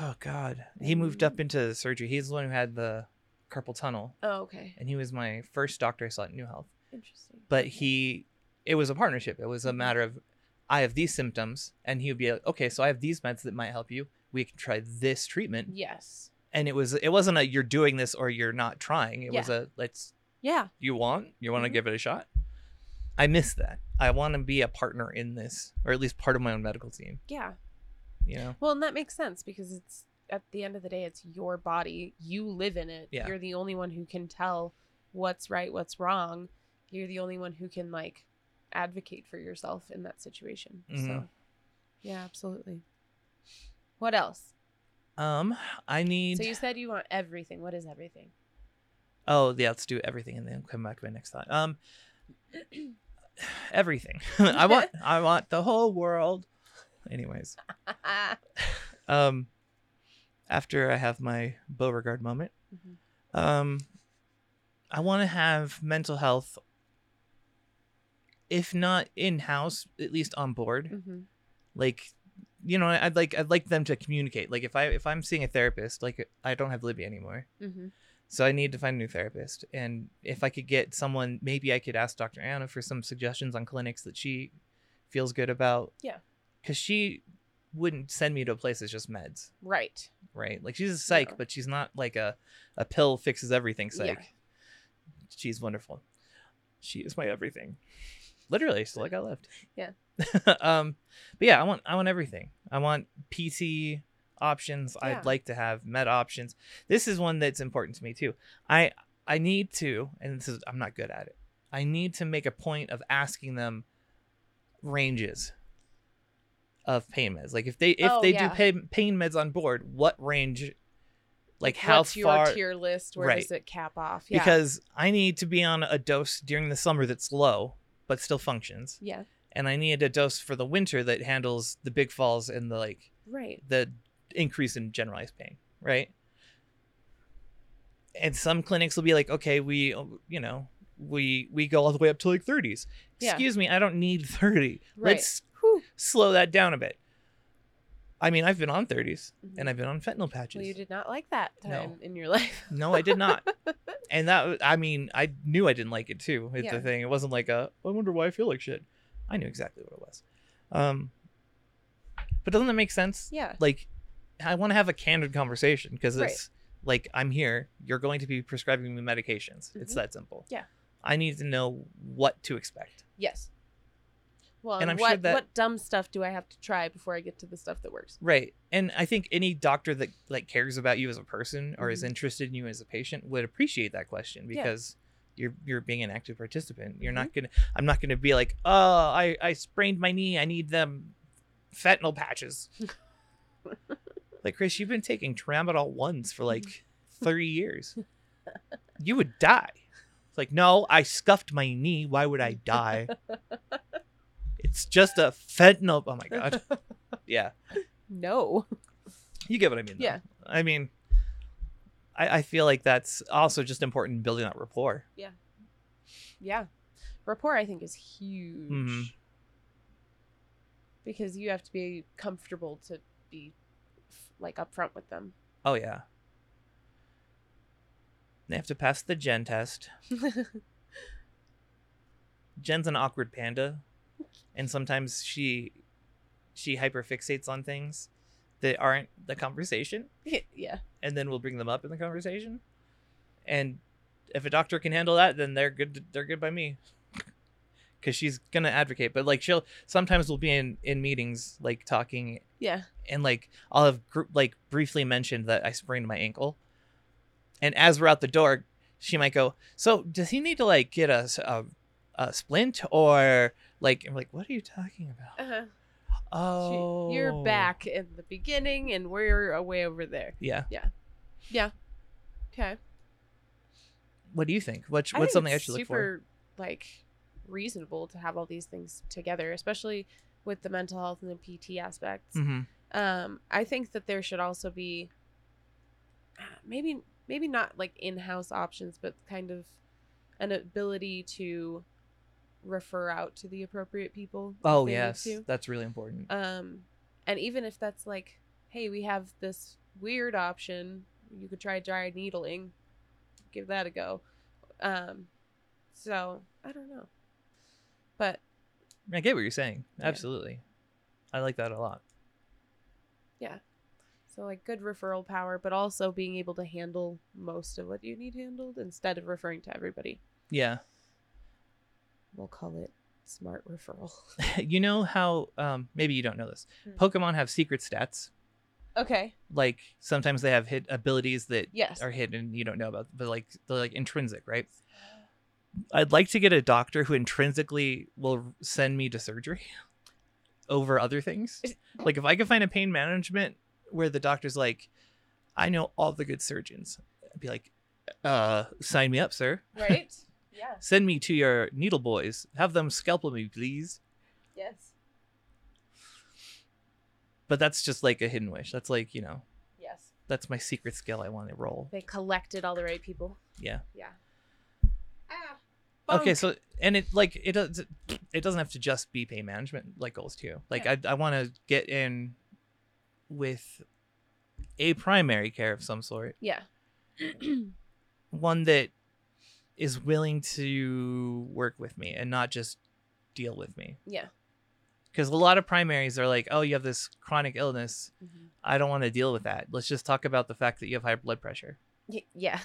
Speaker 2: oh god he moved up into surgery he's the one who had the carpal tunnel
Speaker 1: Oh, okay.
Speaker 2: and he was my first doctor I saw at New Health.
Speaker 1: Interesting.
Speaker 2: But
Speaker 1: Okay.
Speaker 2: he, it was a partnership. It was a matter of, I have these symptoms, and he would be like, okay, so I have these meds that might help you. We can try this treatment,
Speaker 1: Yes.
Speaker 2: and it was it wasn't a you're doing this or you're not trying. It was a let's
Speaker 1: Yeah.
Speaker 2: you want you want to
Speaker 1: Mhm.
Speaker 2: give it a shot. I miss that. I want to be a partner in this, or at least part of my own medical team.
Speaker 1: Yeah.
Speaker 2: You know,
Speaker 1: Well, and that makes sense because it's at the end of the day, it's your body. You live in it.
Speaker 2: Yeah.
Speaker 1: You're the only one who can tell what's right, what's wrong. You're the only one who can like advocate for yourself in that situation. So,
Speaker 2: Mhm.
Speaker 1: yeah, absolutely. What else?
Speaker 2: um, I need.
Speaker 1: So you said you want everything. What is everything?
Speaker 2: Oh yeah, let's do everything and then come back to my next thought. Um everything. I want I want the whole world. Anyways.
Speaker 1: Mm-hmm.
Speaker 2: Um after I have my Beauregard moment.
Speaker 1: Mhm.
Speaker 2: Um I want to have mental health if not in-house, at least on board
Speaker 1: Mhm.
Speaker 2: like you know i'd like i'd like them to communicate like if i if i'm seeing a therapist like i don't have libby anymore
Speaker 1: Mhm.
Speaker 2: so i need to find a new therapist and if i could get someone maybe i could ask dr anna for some suggestions on clinics that she feels good about
Speaker 1: Yeah.
Speaker 2: because she wouldn't send me to a place that's just meds
Speaker 1: Right.
Speaker 2: right like she's a psych
Speaker 1: No.
Speaker 2: but she's not like a a pill fixes everything
Speaker 1: Yeah.
Speaker 2: psych she's wonderful she is my everything literally she's like i left
Speaker 1: Yeah.
Speaker 2: um but yeah i want i want everything i want pt options
Speaker 1: Yeah.
Speaker 2: i'd like to have med options this is one that's important to me too i i need to and this is i'm not good at it i need to make a point of asking them ranges of pain meds like if they if
Speaker 1: Oh,
Speaker 2: they
Speaker 1: yeah.
Speaker 2: do pain, pain meds on board what range like how
Speaker 1: What's
Speaker 2: far
Speaker 1: your tier list? Where does it cap off? Yeah.
Speaker 2: because I need to be on a dose during the summer that's low but still functions,
Speaker 1: yeah.
Speaker 2: and I need a dose for the winter that handles the big falls and the like
Speaker 1: Right.
Speaker 2: the increase in generalized pain, right? And some clinics will be like, okay, we, you know, we we go all the way up to like 30s.
Speaker 1: Yeah.
Speaker 2: Excuse me, I don't need 30.
Speaker 1: Right.
Speaker 2: Let's
Speaker 1: Whew.
Speaker 2: slow that down a bit. I mean, I've been on 30s
Speaker 1: Mhm.
Speaker 2: and I've been on fentanyl patches.
Speaker 1: Well, you did not like that
Speaker 2: No.
Speaker 1: time in your life.
Speaker 2: No, I did not. and that was- I mean, I knew I didn't like it too. It's
Speaker 1: Yeah.
Speaker 2: the thing. It wasn't like a I wonder why I feel like shit. I knew exactly what it was. Um But doesn't that make sense?
Speaker 1: yeah.
Speaker 2: Like I want to have a candid conversation because
Speaker 1: Right.
Speaker 2: it's like I'm here, you're going to be prescribing me medications. It's
Speaker 1: Mhm.
Speaker 2: that simple.
Speaker 1: Yeah.
Speaker 2: I need to know what to expect.
Speaker 1: Yes. Well,
Speaker 2: And
Speaker 1: and
Speaker 2: I'm sure
Speaker 1: what
Speaker 2: that-
Speaker 1: what dumb stuff do I have to try before I get to the stuff that works?
Speaker 2: Right. And I think any doctor that like cares about you as a person or is
Speaker 1: Mhm.
Speaker 2: interested in you as a patient would appreciate that question
Speaker 1: Yeah.
Speaker 2: because you're you're being an active participant. You're not gonna I'm not gonna be like, oh, I, I sprained my knee, I need them fentanyl patches. like Chris, you've been taking tramadol ones for like thirty years. You would die. It's like, no, I scuffed my knee. Why would I die? it's just a fentanyl oh my god. Yeah.
Speaker 1: No.
Speaker 2: You get what I mean. though.
Speaker 1: Yeah.
Speaker 2: I mean, I, I feel like that's also just important in building that rapport.
Speaker 1: Yeah. Rapport I think is huge.
Speaker 2: Mhm.
Speaker 1: Because you have to be comfortable to be f- like upfront with them.
Speaker 2: Oh, yeah. They have to pass the Jen test. Jen's an awkward panda, and sometimes she she hyperfixates on things that aren't the conversation,
Speaker 1: yeah.
Speaker 2: and then we'll bring them up in the conversation. And if a doctor can handle that, then they're good. They're good by me, because she's gonna advocate. But like she'll sometimes we'll be in in meetings like talking
Speaker 1: Yeah.
Speaker 2: and like I'll have gr- like briefly mentioned that I sprained my ankle, and as we're out the door, she might go, "So does he need to like get a s- a, a splint or like?" I'm like, "What are you talking about?"
Speaker 1: Uh-huh. Uh, She-
Speaker 2: Oh,
Speaker 1: You're back in the beginning and we're away over there.
Speaker 2: Yeah.
Speaker 1: Okay.
Speaker 2: What do you think? What's
Speaker 1: I
Speaker 2: what's
Speaker 1: think
Speaker 2: something I
Speaker 1: it's
Speaker 2: should look for?
Speaker 1: super, Like reasonable to have all these things together, especially with the mental health and the PT aspects.
Speaker 2: Mm-hmm.
Speaker 1: Um, I think that there should also be ah, maybe maybe not like in-house options, but kind of an ability to refer out to the appropriate people. if
Speaker 2: Oh
Speaker 1: they need
Speaker 2: yes,
Speaker 1: to.
Speaker 2: that's really important.
Speaker 1: Um, and even if that's like, hey, we have this weird option. You could try dry needling. Give that a go. Um, so I don't know, but
Speaker 2: I get what you're saying.
Speaker 1: Yeah.
Speaker 2: Absolutely, I like that a lot.
Speaker 1: so like good referral power, but also being able to handle most of what you need handled instead of referring to everybody.
Speaker 2: Yeah,
Speaker 1: We'll call it smart referral.
Speaker 2: you know how um, maybe you don't know this.
Speaker 1: Hmm.
Speaker 2: Pokemon have secret stats.
Speaker 1: okay.
Speaker 2: like sometimes they have hid abilities that
Speaker 1: Yes.
Speaker 2: are hidden and you don't know about but like they're like intrinsic right i'd like to get a doctor who intrinsically will send me to surgery over other things
Speaker 1: Is-
Speaker 2: like if i could find a pain management where the doctor's like i know all the good surgeons i'd be like uh sign me up sir
Speaker 1: Right. yeah.
Speaker 2: send me to your needle boys have them scalpel me please
Speaker 1: Yes.
Speaker 2: but that's just like a hidden wish that's like you know
Speaker 1: Yes.
Speaker 2: that's my secret skill i want to roll
Speaker 1: They collected all the right people.
Speaker 2: yeah
Speaker 1: Yeah.
Speaker 2: Okay, so and it like it does it doesn't have to just be pain management like goals too. Like
Speaker 1: Yeah.
Speaker 2: I I want to get in with a primary care of some sort,
Speaker 1: Yeah.
Speaker 2: Mm-hmm. one that is willing to work with me and not just deal with me.
Speaker 1: yeah.
Speaker 2: Because a lot of primaries are like, oh, you have this chronic illness. I don't want to deal with that. Let's just talk about the fact that you have high blood pressure.
Speaker 1: Y- yeah.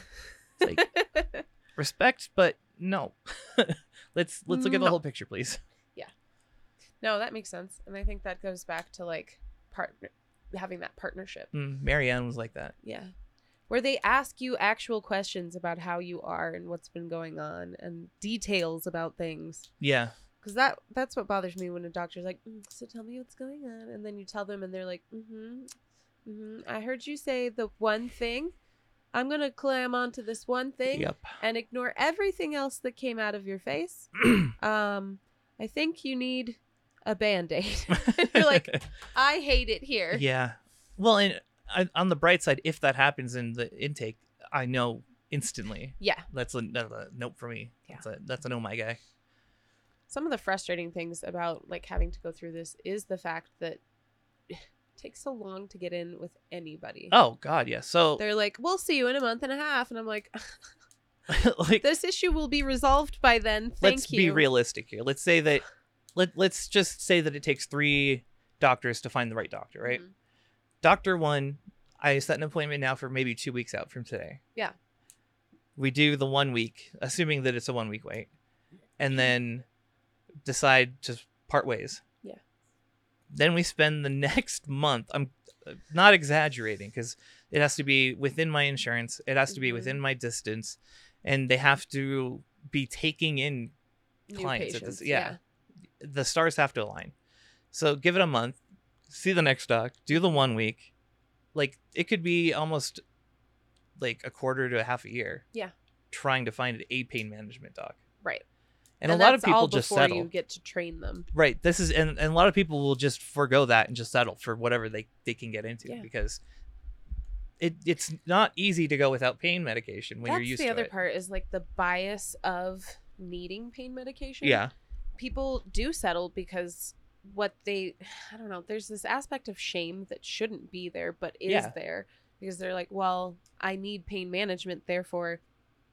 Speaker 2: It's like respect, but no. let's let's look at the
Speaker 1: No.
Speaker 2: whole picture, please.
Speaker 1: no, that makes sense. And I think that goes back to like partner having that partnership.
Speaker 2: Mm, Marianne was like that.
Speaker 1: Yeah. Where they ask you actual questions about how you are and what's been going on and details about things.
Speaker 2: Yeah.
Speaker 1: Cause that that's what bothers me when a doctor's like, "Mm, so tell me what's going on, and then you tell them, and they're like, mm-hmm, mm-hmm. I heard you say the one thing. I'm gonna clam onto this one thing,
Speaker 2: Yep.
Speaker 1: and ignore everything else that came out of your face. um, I think you need a band aid. You're like, I hate it here.
Speaker 2: yeah. Well, and I, on the bright side, if that happens in the intake, I know instantly.
Speaker 1: Yeah.
Speaker 2: That's a, that's a nope for me.
Speaker 1: Yeah.
Speaker 2: That's a that's an oh my guy.
Speaker 1: Some of the frustrating things about like having to go through this is the fact that it takes so long to get in with anybody.
Speaker 2: Oh god, yeah. So
Speaker 1: They're like, "We'll see you in a month and a half," and I'm like,
Speaker 2: like
Speaker 1: "This issue will be resolved by then." Thank
Speaker 2: let's
Speaker 1: you.
Speaker 2: be realistic here. Let's say that let let's just say that it takes three doctors to find the right doctor, right?
Speaker 1: Mhm.
Speaker 2: Doctor one, I set an appointment now for maybe two weeks out from today.
Speaker 1: Yeah.
Speaker 2: We do the one week, assuming that it's a one week wait, and then decide to part ways.
Speaker 1: Yeah.
Speaker 2: Then we spend the next month. I'm uh, not exaggerating because it has to be within my insurance. It has to be
Speaker 1: Mhm.
Speaker 2: within my distance, and they have to be taking in
Speaker 1: New
Speaker 2: clients at
Speaker 1: patients,
Speaker 2: this- yeah. the stars have to align. So give it a month, see the next doc, do the one week. Like it could be almost like a quarter to a half a year.
Speaker 1: Yeah.
Speaker 2: Trying to find a pain management doc.
Speaker 1: Right.
Speaker 2: And, a lot of
Speaker 1: that's all
Speaker 2: people just
Speaker 1: before
Speaker 2: settle.
Speaker 1: You get to train them.
Speaker 2: Right. This is and, and a lot of people will just forego that and just settle for whatever they, they can get into
Speaker 1: Yeah.
Speaker 2: because it it's not easy to go without pain medication when
Speaker 1: that's
Speaker 2: you're used
Speaker 1: the
Speaker 2: to
Speaker 1: other
Speaker 2: it.
Speaker 1: part is like the bias of needing pain medication.
Speaker 2: Yeah.
Speaker 1: people do settle because what they i don't know there's this aspect of shame that shouldn't be there but is
Speaker 2: Yeah.
Speaker 1: there because they're like well i need pain management therefore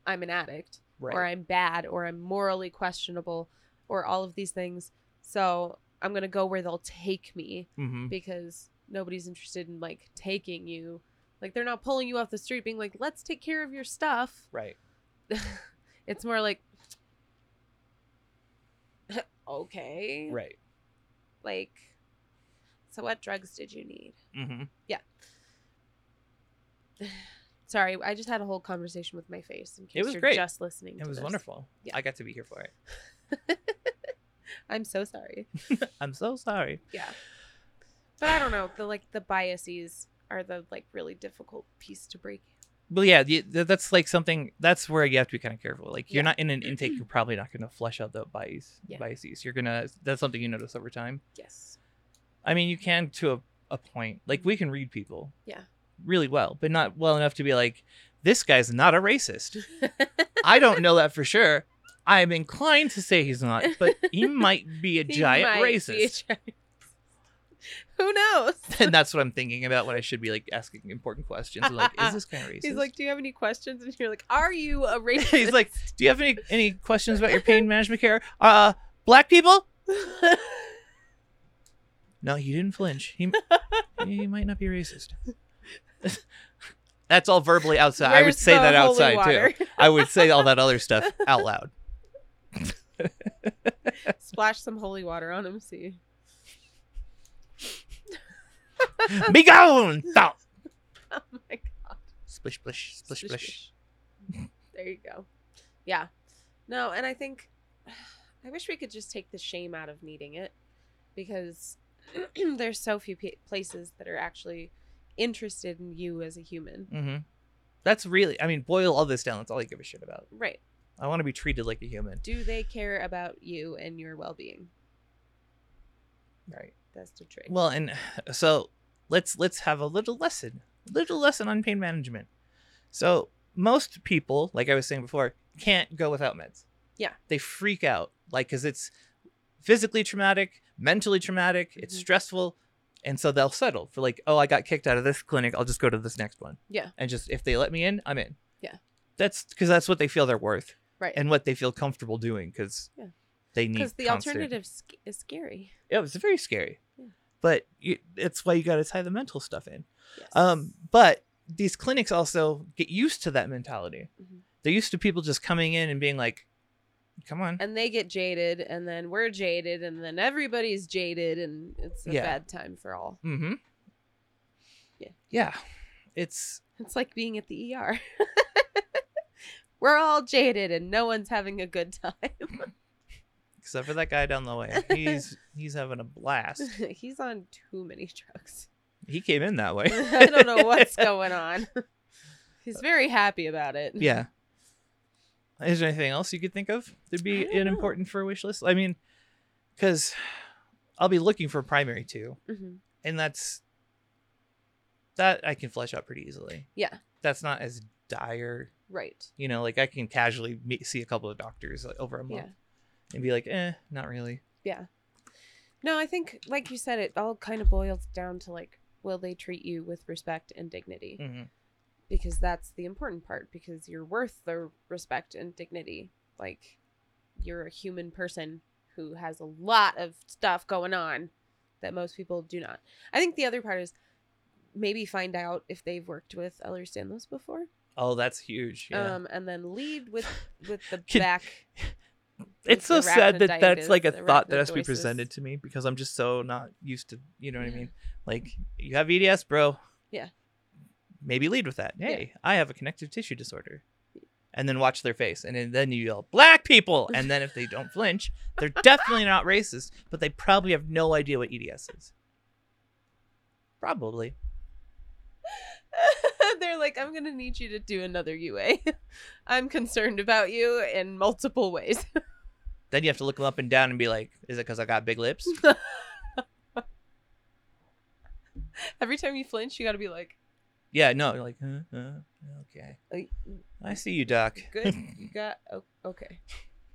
Speaker 1: i'm an addict
Speaker 2: Right.
Speaker 1: or i'm bad or i'm morally questionable or all of these things so i'm going to go where they'll take me
Speaker 2: Mm-hmm.
Speaker 1: because nobody's interested in like taking you like they're not pulling you off the street being like let's take care of your stuff
Speaker 2: Right.
Speaker 1: it's more like okay
Speaker 2: Right.
Speaker 1: like so what drugs did you need
Speaker 2: Mm-hmm.
Speaker 1: sorry i just had a whole conversation with my face in case
Speaker 2: was
Speaker 1: you're
Speaker 2: great.
Speaker 1: just listening
Speaker 2: It
Speaker 1: to
Speaker 2: was
Speaker 1: this.
Speaker 2: wonderful.
Speaker 1: Yeah.
Speaker 2: I got to be here for it.
Speaker 1: i'm so sorry
Speaker 2: I'm so sorry.
Speaker 1: yeah but i don't know the like the biases are the like really difficult piece to break
Speaker 2: Well, yeah, the- th- that's like something. That's where you have to be kind of careful. Like you're
Speaker 1: Yeah.
Speaker 2: not in an intake, you're probably not going to flesh out the bias,
Speaker 1: Yeah.
Speaker 2: biases. You're gonna. That's something you notice over time.
Speaker 1: yes
Speaker 2: I mean, you can to a, a point. Like we can read people.
Speaker 1: Yeah.
Speaker 2: Really well, but not well enough to be like, this guy's not a racist. I don't know that for sure. I'm inclined to say he's not, but he might be a
Speaker 1: He
Speaker 2: giant
Speaker 1: might
Speaker 2: racist.
Speaker 1: be a giant- who knows
Speaker 2: and that's what I'm thinking about when I should be like asking important questions. and, like, is this guy racist?
Speaker 1: he's like do you have any questions and you're like are you a racist
Speaker 2: He's like, "Do you have any any questions about your pain management care? Uh, black people?" No, he didn't flinch. He he might not be racist. That's all verbally outside. I would
Speaker 1: "Where's
Speaker 2: say
Speaker 1: the
Speaker 2: that
Speaker 1: holy
Speaker 2: outside
Speaker 1: water?"
Speaker 2: too. I would say all that other stuff out loud.
Speaker 1: Splash some holy water on him, see.
Speaker 2: Be gone! Thou-
Speaker 1: Oh my god.
Speaker 2: Splish, splish, splish, splish.
Speaker 1: There you go. Yeah. No, and I think I wish we could just take the shame out of needing it because there's so few p- places that are actually interested in you as a human.
Speaker 2: Mm-hmm. That's really. I mean, boil all this down. That's all I give a shit about.
Speaker 1: Right.
Speaker 2: I want to be treated like a human.
Speaker 1: Do they care about you and your well-being?
Speaker 2: Right.
Speaker 1: That's the trick.
Speaker 2: Well, and so let's let's have a little lesson, little lesson on pain management. So most people, like I was saying before, can't go without meds.
Speaker 1: Yeah.
Speaker 2: they freak out, like because it's physically traumatic, mentally traumatic, it's
Speaker 1: Mhm.
Speaker 2: stressful, and so they'll settle for like, oh, I got kicked out of this clinic, I'll just go to this next one.
Speaker 1: Yeah.
Speaker 2: and just if they let me in, I'm in.
Speaker 1: Yeah.
Speaker 2: that's because that's what they feel they're worth
Speaker 1: right.
Speaker 2: and what they feel comfortable doing because
Speaker 1: Yeah.
Speaker 2: they need
Speaker 1: Cuz the
Speaker 2: constant-
Speaker 1: alternative sc- is scary.
Speaker 2: yeah, it was very scary.
Speaker 1: Yeah.
Speaker 2: But you, it's why you got to tie the mental stuff in.
Speaker 1: Yes.
Speaker 2: Um, but these clinics also get used to that mentality.
Speaker 1: Mhm.
Speaker 2: They're used to people just coming in and being like, "Come on."
Speaker 1: and they get jaded and then we're jaded and then everybody's jaded and it's a
Speaker 2: Yeah.
Speaker 1: bad time for all
Speaker 2: mm-hmm.
Speaker 1: Yeah.
Speaker 2: Yeah. It's
Speaker 1: it's like being at the er we're all jaded and no one's having a good time
Speaker 2: except for that guy down the way. He's he's having a blast.
Speaker 1: he's on too many drugs
Speaker 2: He came in that way.
Speaker 1: i don't know what's going on he's very happy about it
Speaker 2: Yeah. Is there anything else you could think of that'd
Speaker 1: I
Speaker 2: be
Speaker 1: don't
Speaker 2: an
Speaker 1: know.
Speaker 2: important for a wish list? I mean, because I'll be looking for primary too.
Speaker 1: Mhm.
Speaker 2: and that's that I can flesh out pretty easily.
Speaker 1: yeah
Speaker 2: that's not as dire.
Speaker 1: Right.
Speaker 2: You know, like I can casually meet, see a couple of doctors like over a month
Speaker 1: Yeah.
Speaker 2: and be like, eh, not really.
Speaker 1: Yeah. No, I think, like you said, it all kind of boils down to like, will they treat you with respect and dignity?
Speaker 2: hmm
Speaker 1: Because that's the important part, because you're worth the respect and dignity. Like, you're a human person who has a lot of stuff going on that most people do not. I think the other part is maybe find out if they've worked with Eller Stanlos before.
Speaker 2: Oh, that's huge. Yeah.
Speaker 1: Um, and then lead with with the
Speaker 2: Kid-
Speaker 1: back.
Speaker 2: it's so
Speaker 1: with
Speaker 2: sad that that's like a
Speaker 1: arachniditis,
Speaker 2: thought that has to be
Speaker 1: arachnidosis.
Speaker 2: presented to me because I'm just so not used to, you know what I
Speaker 1: Yeah.
Speaker 2: mean? Like, you have EDS, bro.
Speaker 1: Yeah.
Speaker 2: Maybe lead with that.
Speaker 1: Yeah.
Speaker 2: Hey, I have a connective tissue disorder. And then watch their face. And then- then you yell, black people. And then if they don't flinch, they're definitely not racist, but they probably have no idea what EDS is. Probably.
Speaker 1: They're like, I'm gonna need you to do another UA. I'm concerned about you in multiple ways.
Speaker 2: Then you have to look them up and down and be like, is it because I got big lips?
Speaker 1: Every time you flinch, you gotta be like,
Speaker 2: yeah, no. You're like, uh, uh, okay.
Speaker 1: "Uh,
Speaker 2: I see you, Doc.
Speaker 1: good, you got o- okay.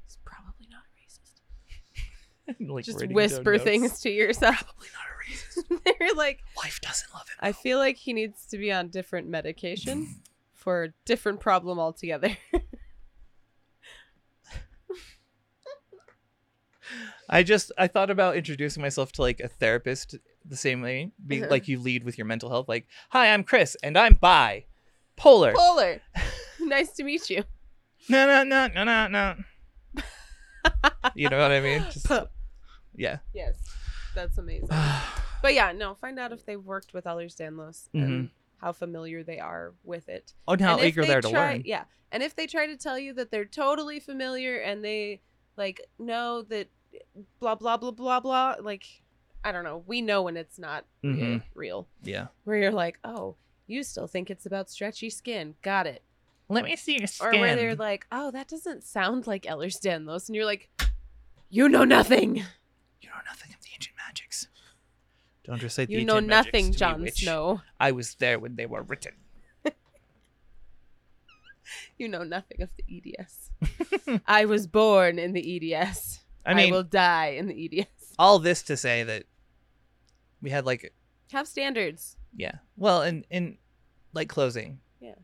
Speaker 1: He's probably not racist.
Speaker 2: Like
Speaker 1: Just
Speaker 2: writing down
Speaker 1: whisper
Speaker 2: notes.
Speaker 1: things to yourself.
Speaker 2: Probably not a racist.
Speaker 1: They're like,
Speaker 2: Life doesn't love him.
Speaker 1: I feel like he needs to be on different medication for a different problem altogether.
Speaker 2: I just I thought about introducing myself to like a therapist the same way, be,
Speaker 1: Uh-huh.
Speaker 2: like you lead with your mental health. Like, hi, I'm Chris, and I'm bi, polar.
Speaker 1: Polar, nice to meet you.
Speaker 2: no, no, no, no, no, no. you know what I mean? Just,
Speaker 1: Pup.
Speaker 2: yeah.
Speaker 1: Yes, that's amazing. But yeah, no, find out if they've worked with Eller Stanlos
Speaker 2: Mm-hmm.
Speaker 1: and how familiar they are with it.
Speaker 2: oh, now
Speaker 1: and if
Speaker 2: eager they are to
Speaker 1: try,
Speaker 2: learn.
Speaker 1: Yeah, and if they try to tell you that they're totally familiar and they like know that blah blah blah blah blah, like I don't know, we know when it's not re-
Speaker 2: Mhm.
Speaker 1: real.
Speaker 2: Yeah.
Speaker 1: Where you're like, oh, you still think it's about stretchy skin? Got it.
Speaker 2: Let me see your
Speaker 1: Or where they're like, oh, that doesn't sound like Eller Stanlos, and you're like, you know nothing.
Speaker 2: you know nothing of the ancient magics. Don't recite the
Speaker 1: You know
Speaker 2: ancient magics to
Speaker 1: nothing,
Speaker 2: me,
Speaker 1: Jon
Speaker 2: witch.
Speaker 1: Snow.
Speaker 2: I was there when they were written.
Speaker 1: You know nothing of the EDS. I was born in the E EDS.
Speaker 2: I mean,
Speaker 1: will die in the E EDS.
Speaker 2: all this to say that we had like
Speaker 1: Have standards.
Speaker 2: Yeah. Well, and and like closing.
Speaker 1: Yeah.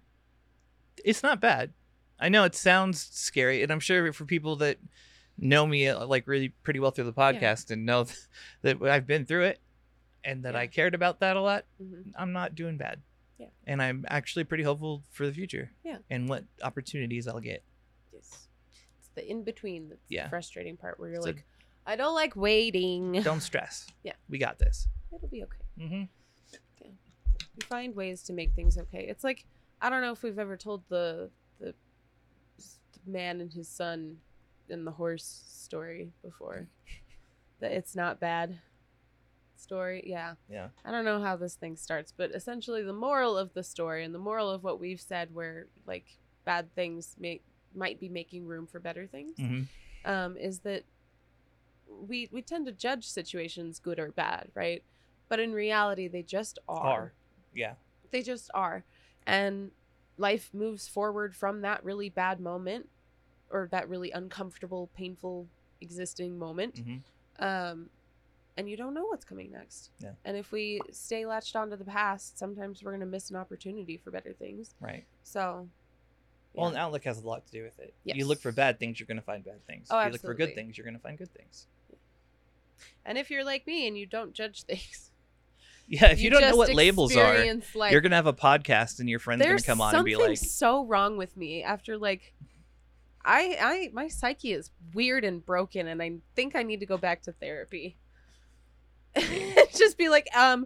Speaker 2: It's not bad. I know it sounds scary, and I'm sure for people that know me uh, like really pretty well through the podcast and know th- that I've been through it and that
Speaker 1: Yeah.
Speaker 2: I cared about that a lot,
Speaker 1: hmm
Speaker 2: I'm not doing bad.
Speaker 1: Yeah.
Speaker 2: And I'm actually pretty hopeful for the future.
Speaker 1: Yeah.
Speaker 2: And what opportunities I'll get.
Speaker 1: Yes. It's the in between that's
Speaker 2: Yeah.
Speaker 1: the frustrating part where you're
Speaker 2: So-
Speaker 1: like, I don't like waiting.
Speaker 2: Don't stress.
Speaker 1: Yeah.
Speaker 2: We got this.
Speaker 1: It'll be okay.
Speaker 2: Mm-hmm.
Speaker 1: We find ways to make things okay. It's like I don't know if we've ever told the the, the man and his son and the horse story before. The it's not bad story. Yeah.
Speaker 2: Yeah.
Speaker 1: I don't know how this thing starts, but essentially the moral of the story and the moral of what we've said where like bad things may might be making room for better things
Speaker 2: Mm-hmm.
Speaker 1: um, is that we we tend to judge situations good or bad, right? But in reality, they just are.
Speaker 2: Are. Yeah.
Speaker 1: They just are, and life moves forward from that really bad moment, or that really uncomfortable, painful existing moment.
Speaker 2: Mm-hmm.
Speaker 1: Um, and you don't know what's coming next.
Speaker 2: Yeah.
Speaker 1: And if we stay latched onto the past, sometimes we're gonna miss an opportunity for better things.
Speaker 2: Right.
Speaker 1: So.
Speaker 2: Well,
Speaker 1: yeah.
Speaker 2: an outlook has a lot to do with it. You
Speaker 1: Yes.
Speaker 2: look for bad things, you're going to find bad things.
Speaker 1: Oh,
Speaker 2: you look for
Speaker 1: absolutely.
Speaker 2: good things, you're going to find good things.
Speaker 1: And if you're like me and you don't judge things,
Speaker 2: Yeah, if you, don't know
Speaker 1: just
Speaker 2: what labels are,
Speaker 1: experience, like,
Speaker 2: you're going to have a podcast and your friend's going
Speaker 1: there's
Speaker 2: to come on and be
Speaker 1: something
Speaker 2: like,
Speaker 1: so wrong with me after like i i my psyche is weird and broken and i think i need to go back to therapy just be like um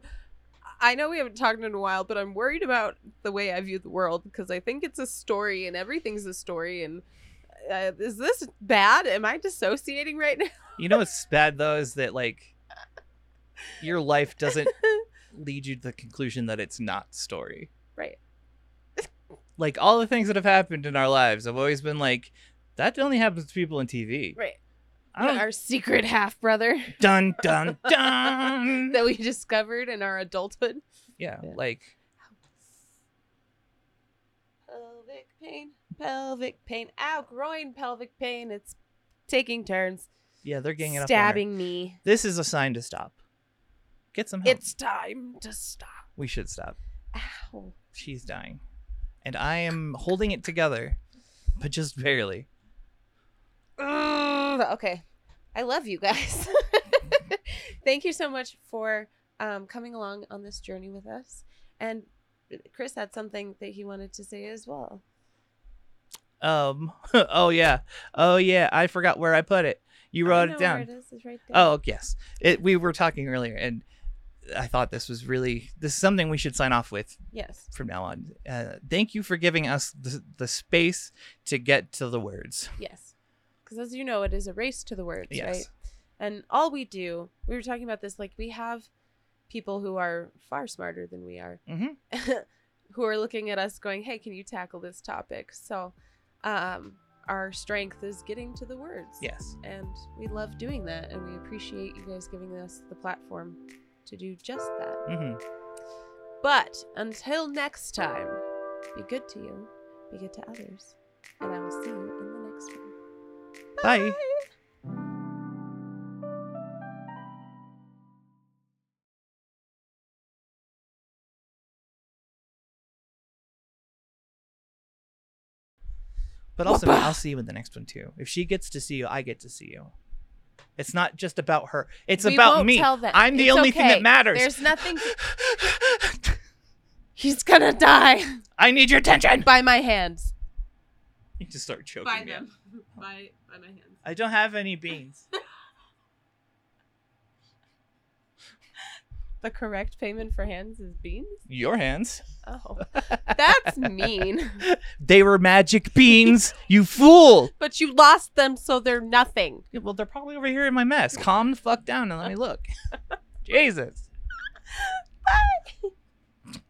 Speaker 1: i know we haven't talked in a while but i'm worried about the way i view the world because i think it's a story and everything's a story and uh, is this bad am i dissociating right now
Speaker 2: you know what's bad though is that like your life doesn't lead you to the conclusion that it's not story.
Speaker 1: right
Speaker 2: Like all the things that have happened in our lives, I've always been like, that only happens to people in TV.
Speaker 1: right
Speaker 2: I don't
Speaker 1: our secret half brother
Speaker 2: dun dun dun.
Speaker 1: that we discovered in our adulthood
Speaker 2: yeah,
Speaker 1: Yeah.
Speaker 2: like
Speaker 1: Pelvic pain, pelvic pain, ow, groin, pelvic pain. It's taking turns,
Speaker 2: Yeah, they're getting it up. on her.
Speaker 1: stabbing me.
Speaker 2: This is a sign to stop. Get some help.
Speaker 1: It's time to stop.
Speaker 2: we should stop.
Speaker 1: Ow.
Speaker 2: She's dying. And I am holding it together, but just barely.
Speaker 1: Ugh, Mm, okay. I love you guys. Thank you so much for um, coming along on this journey with us. And Chris had something that he wanted to say as well.
Speaker 2: Um oh yeah. Oh yeah, I forgot where I put it. You
Speaker 1: I
Speaker 2: wrote
Speaker 1: Oh, know where
Speaker 2: it down.
Speaker 1: it is. It's right there.
Speaker 2: Oh yes, it. We were talking earlier, and I thought this was really this is something we should sign off with
Speaker 1: Yes.
Speaker 2: from now on. Uh, thank you for giving us the, the space to get to the words.
Speaker 1: Yes. Because as you know, it is a race to the words,
Speaker 2: Yes.
Speaker 1: right? And all we do, we were talking about this, like we have people who are far smarter than we are
Speaker 2: Mhm.
Speaker 1: who are looking at us going, hey, can you tackle this topic? So um, our strength is getting to the words.
Speaker 2: Yes,
Speaker 1: And we love doing that. And we appreciate you guys giving us the platform to do just that.
Speaker 2: hmm
Speaker 1: But until next time, be good to you, be good to others. And I will see you in the next one.
Speaker 2: Bye. but also
Speaker 1: Whoopah.
Speaker 2: I'll see you in the next one too. If she gets to see you, I get to see you. It's not just about her. It's
Speaker 1: We
Speaker 2: about
Speaker 1: won't
Speaker 2: me.
Speaker 1: tell them.
Speaker 2: I'm the
Speaker 1: It's
Speaker 2: only thing
Speaker 1: okay.
Speaker 2: that matters.
Speaker 1: There's nothing. He's gonna die
Speaker 2: I need your attention.
Speaker 1: by my hands.
Speaker 2: You just start choking me. up.
Speaker 1: By, by my hands.
Speaker 2: I don't have any beans.
Speaker 1: The correct payment for hands is beans?
Speaker 2: Your hands.
Speaker 1: Oh. That's mean.
Speaker 2: They were magic beans, you fool.
Speaker 1: But you lost them, so they're nothing.
Speaker 2: Yeah, well, they're probably over here in my mess. Calm the fuck down and let me look. Jesus.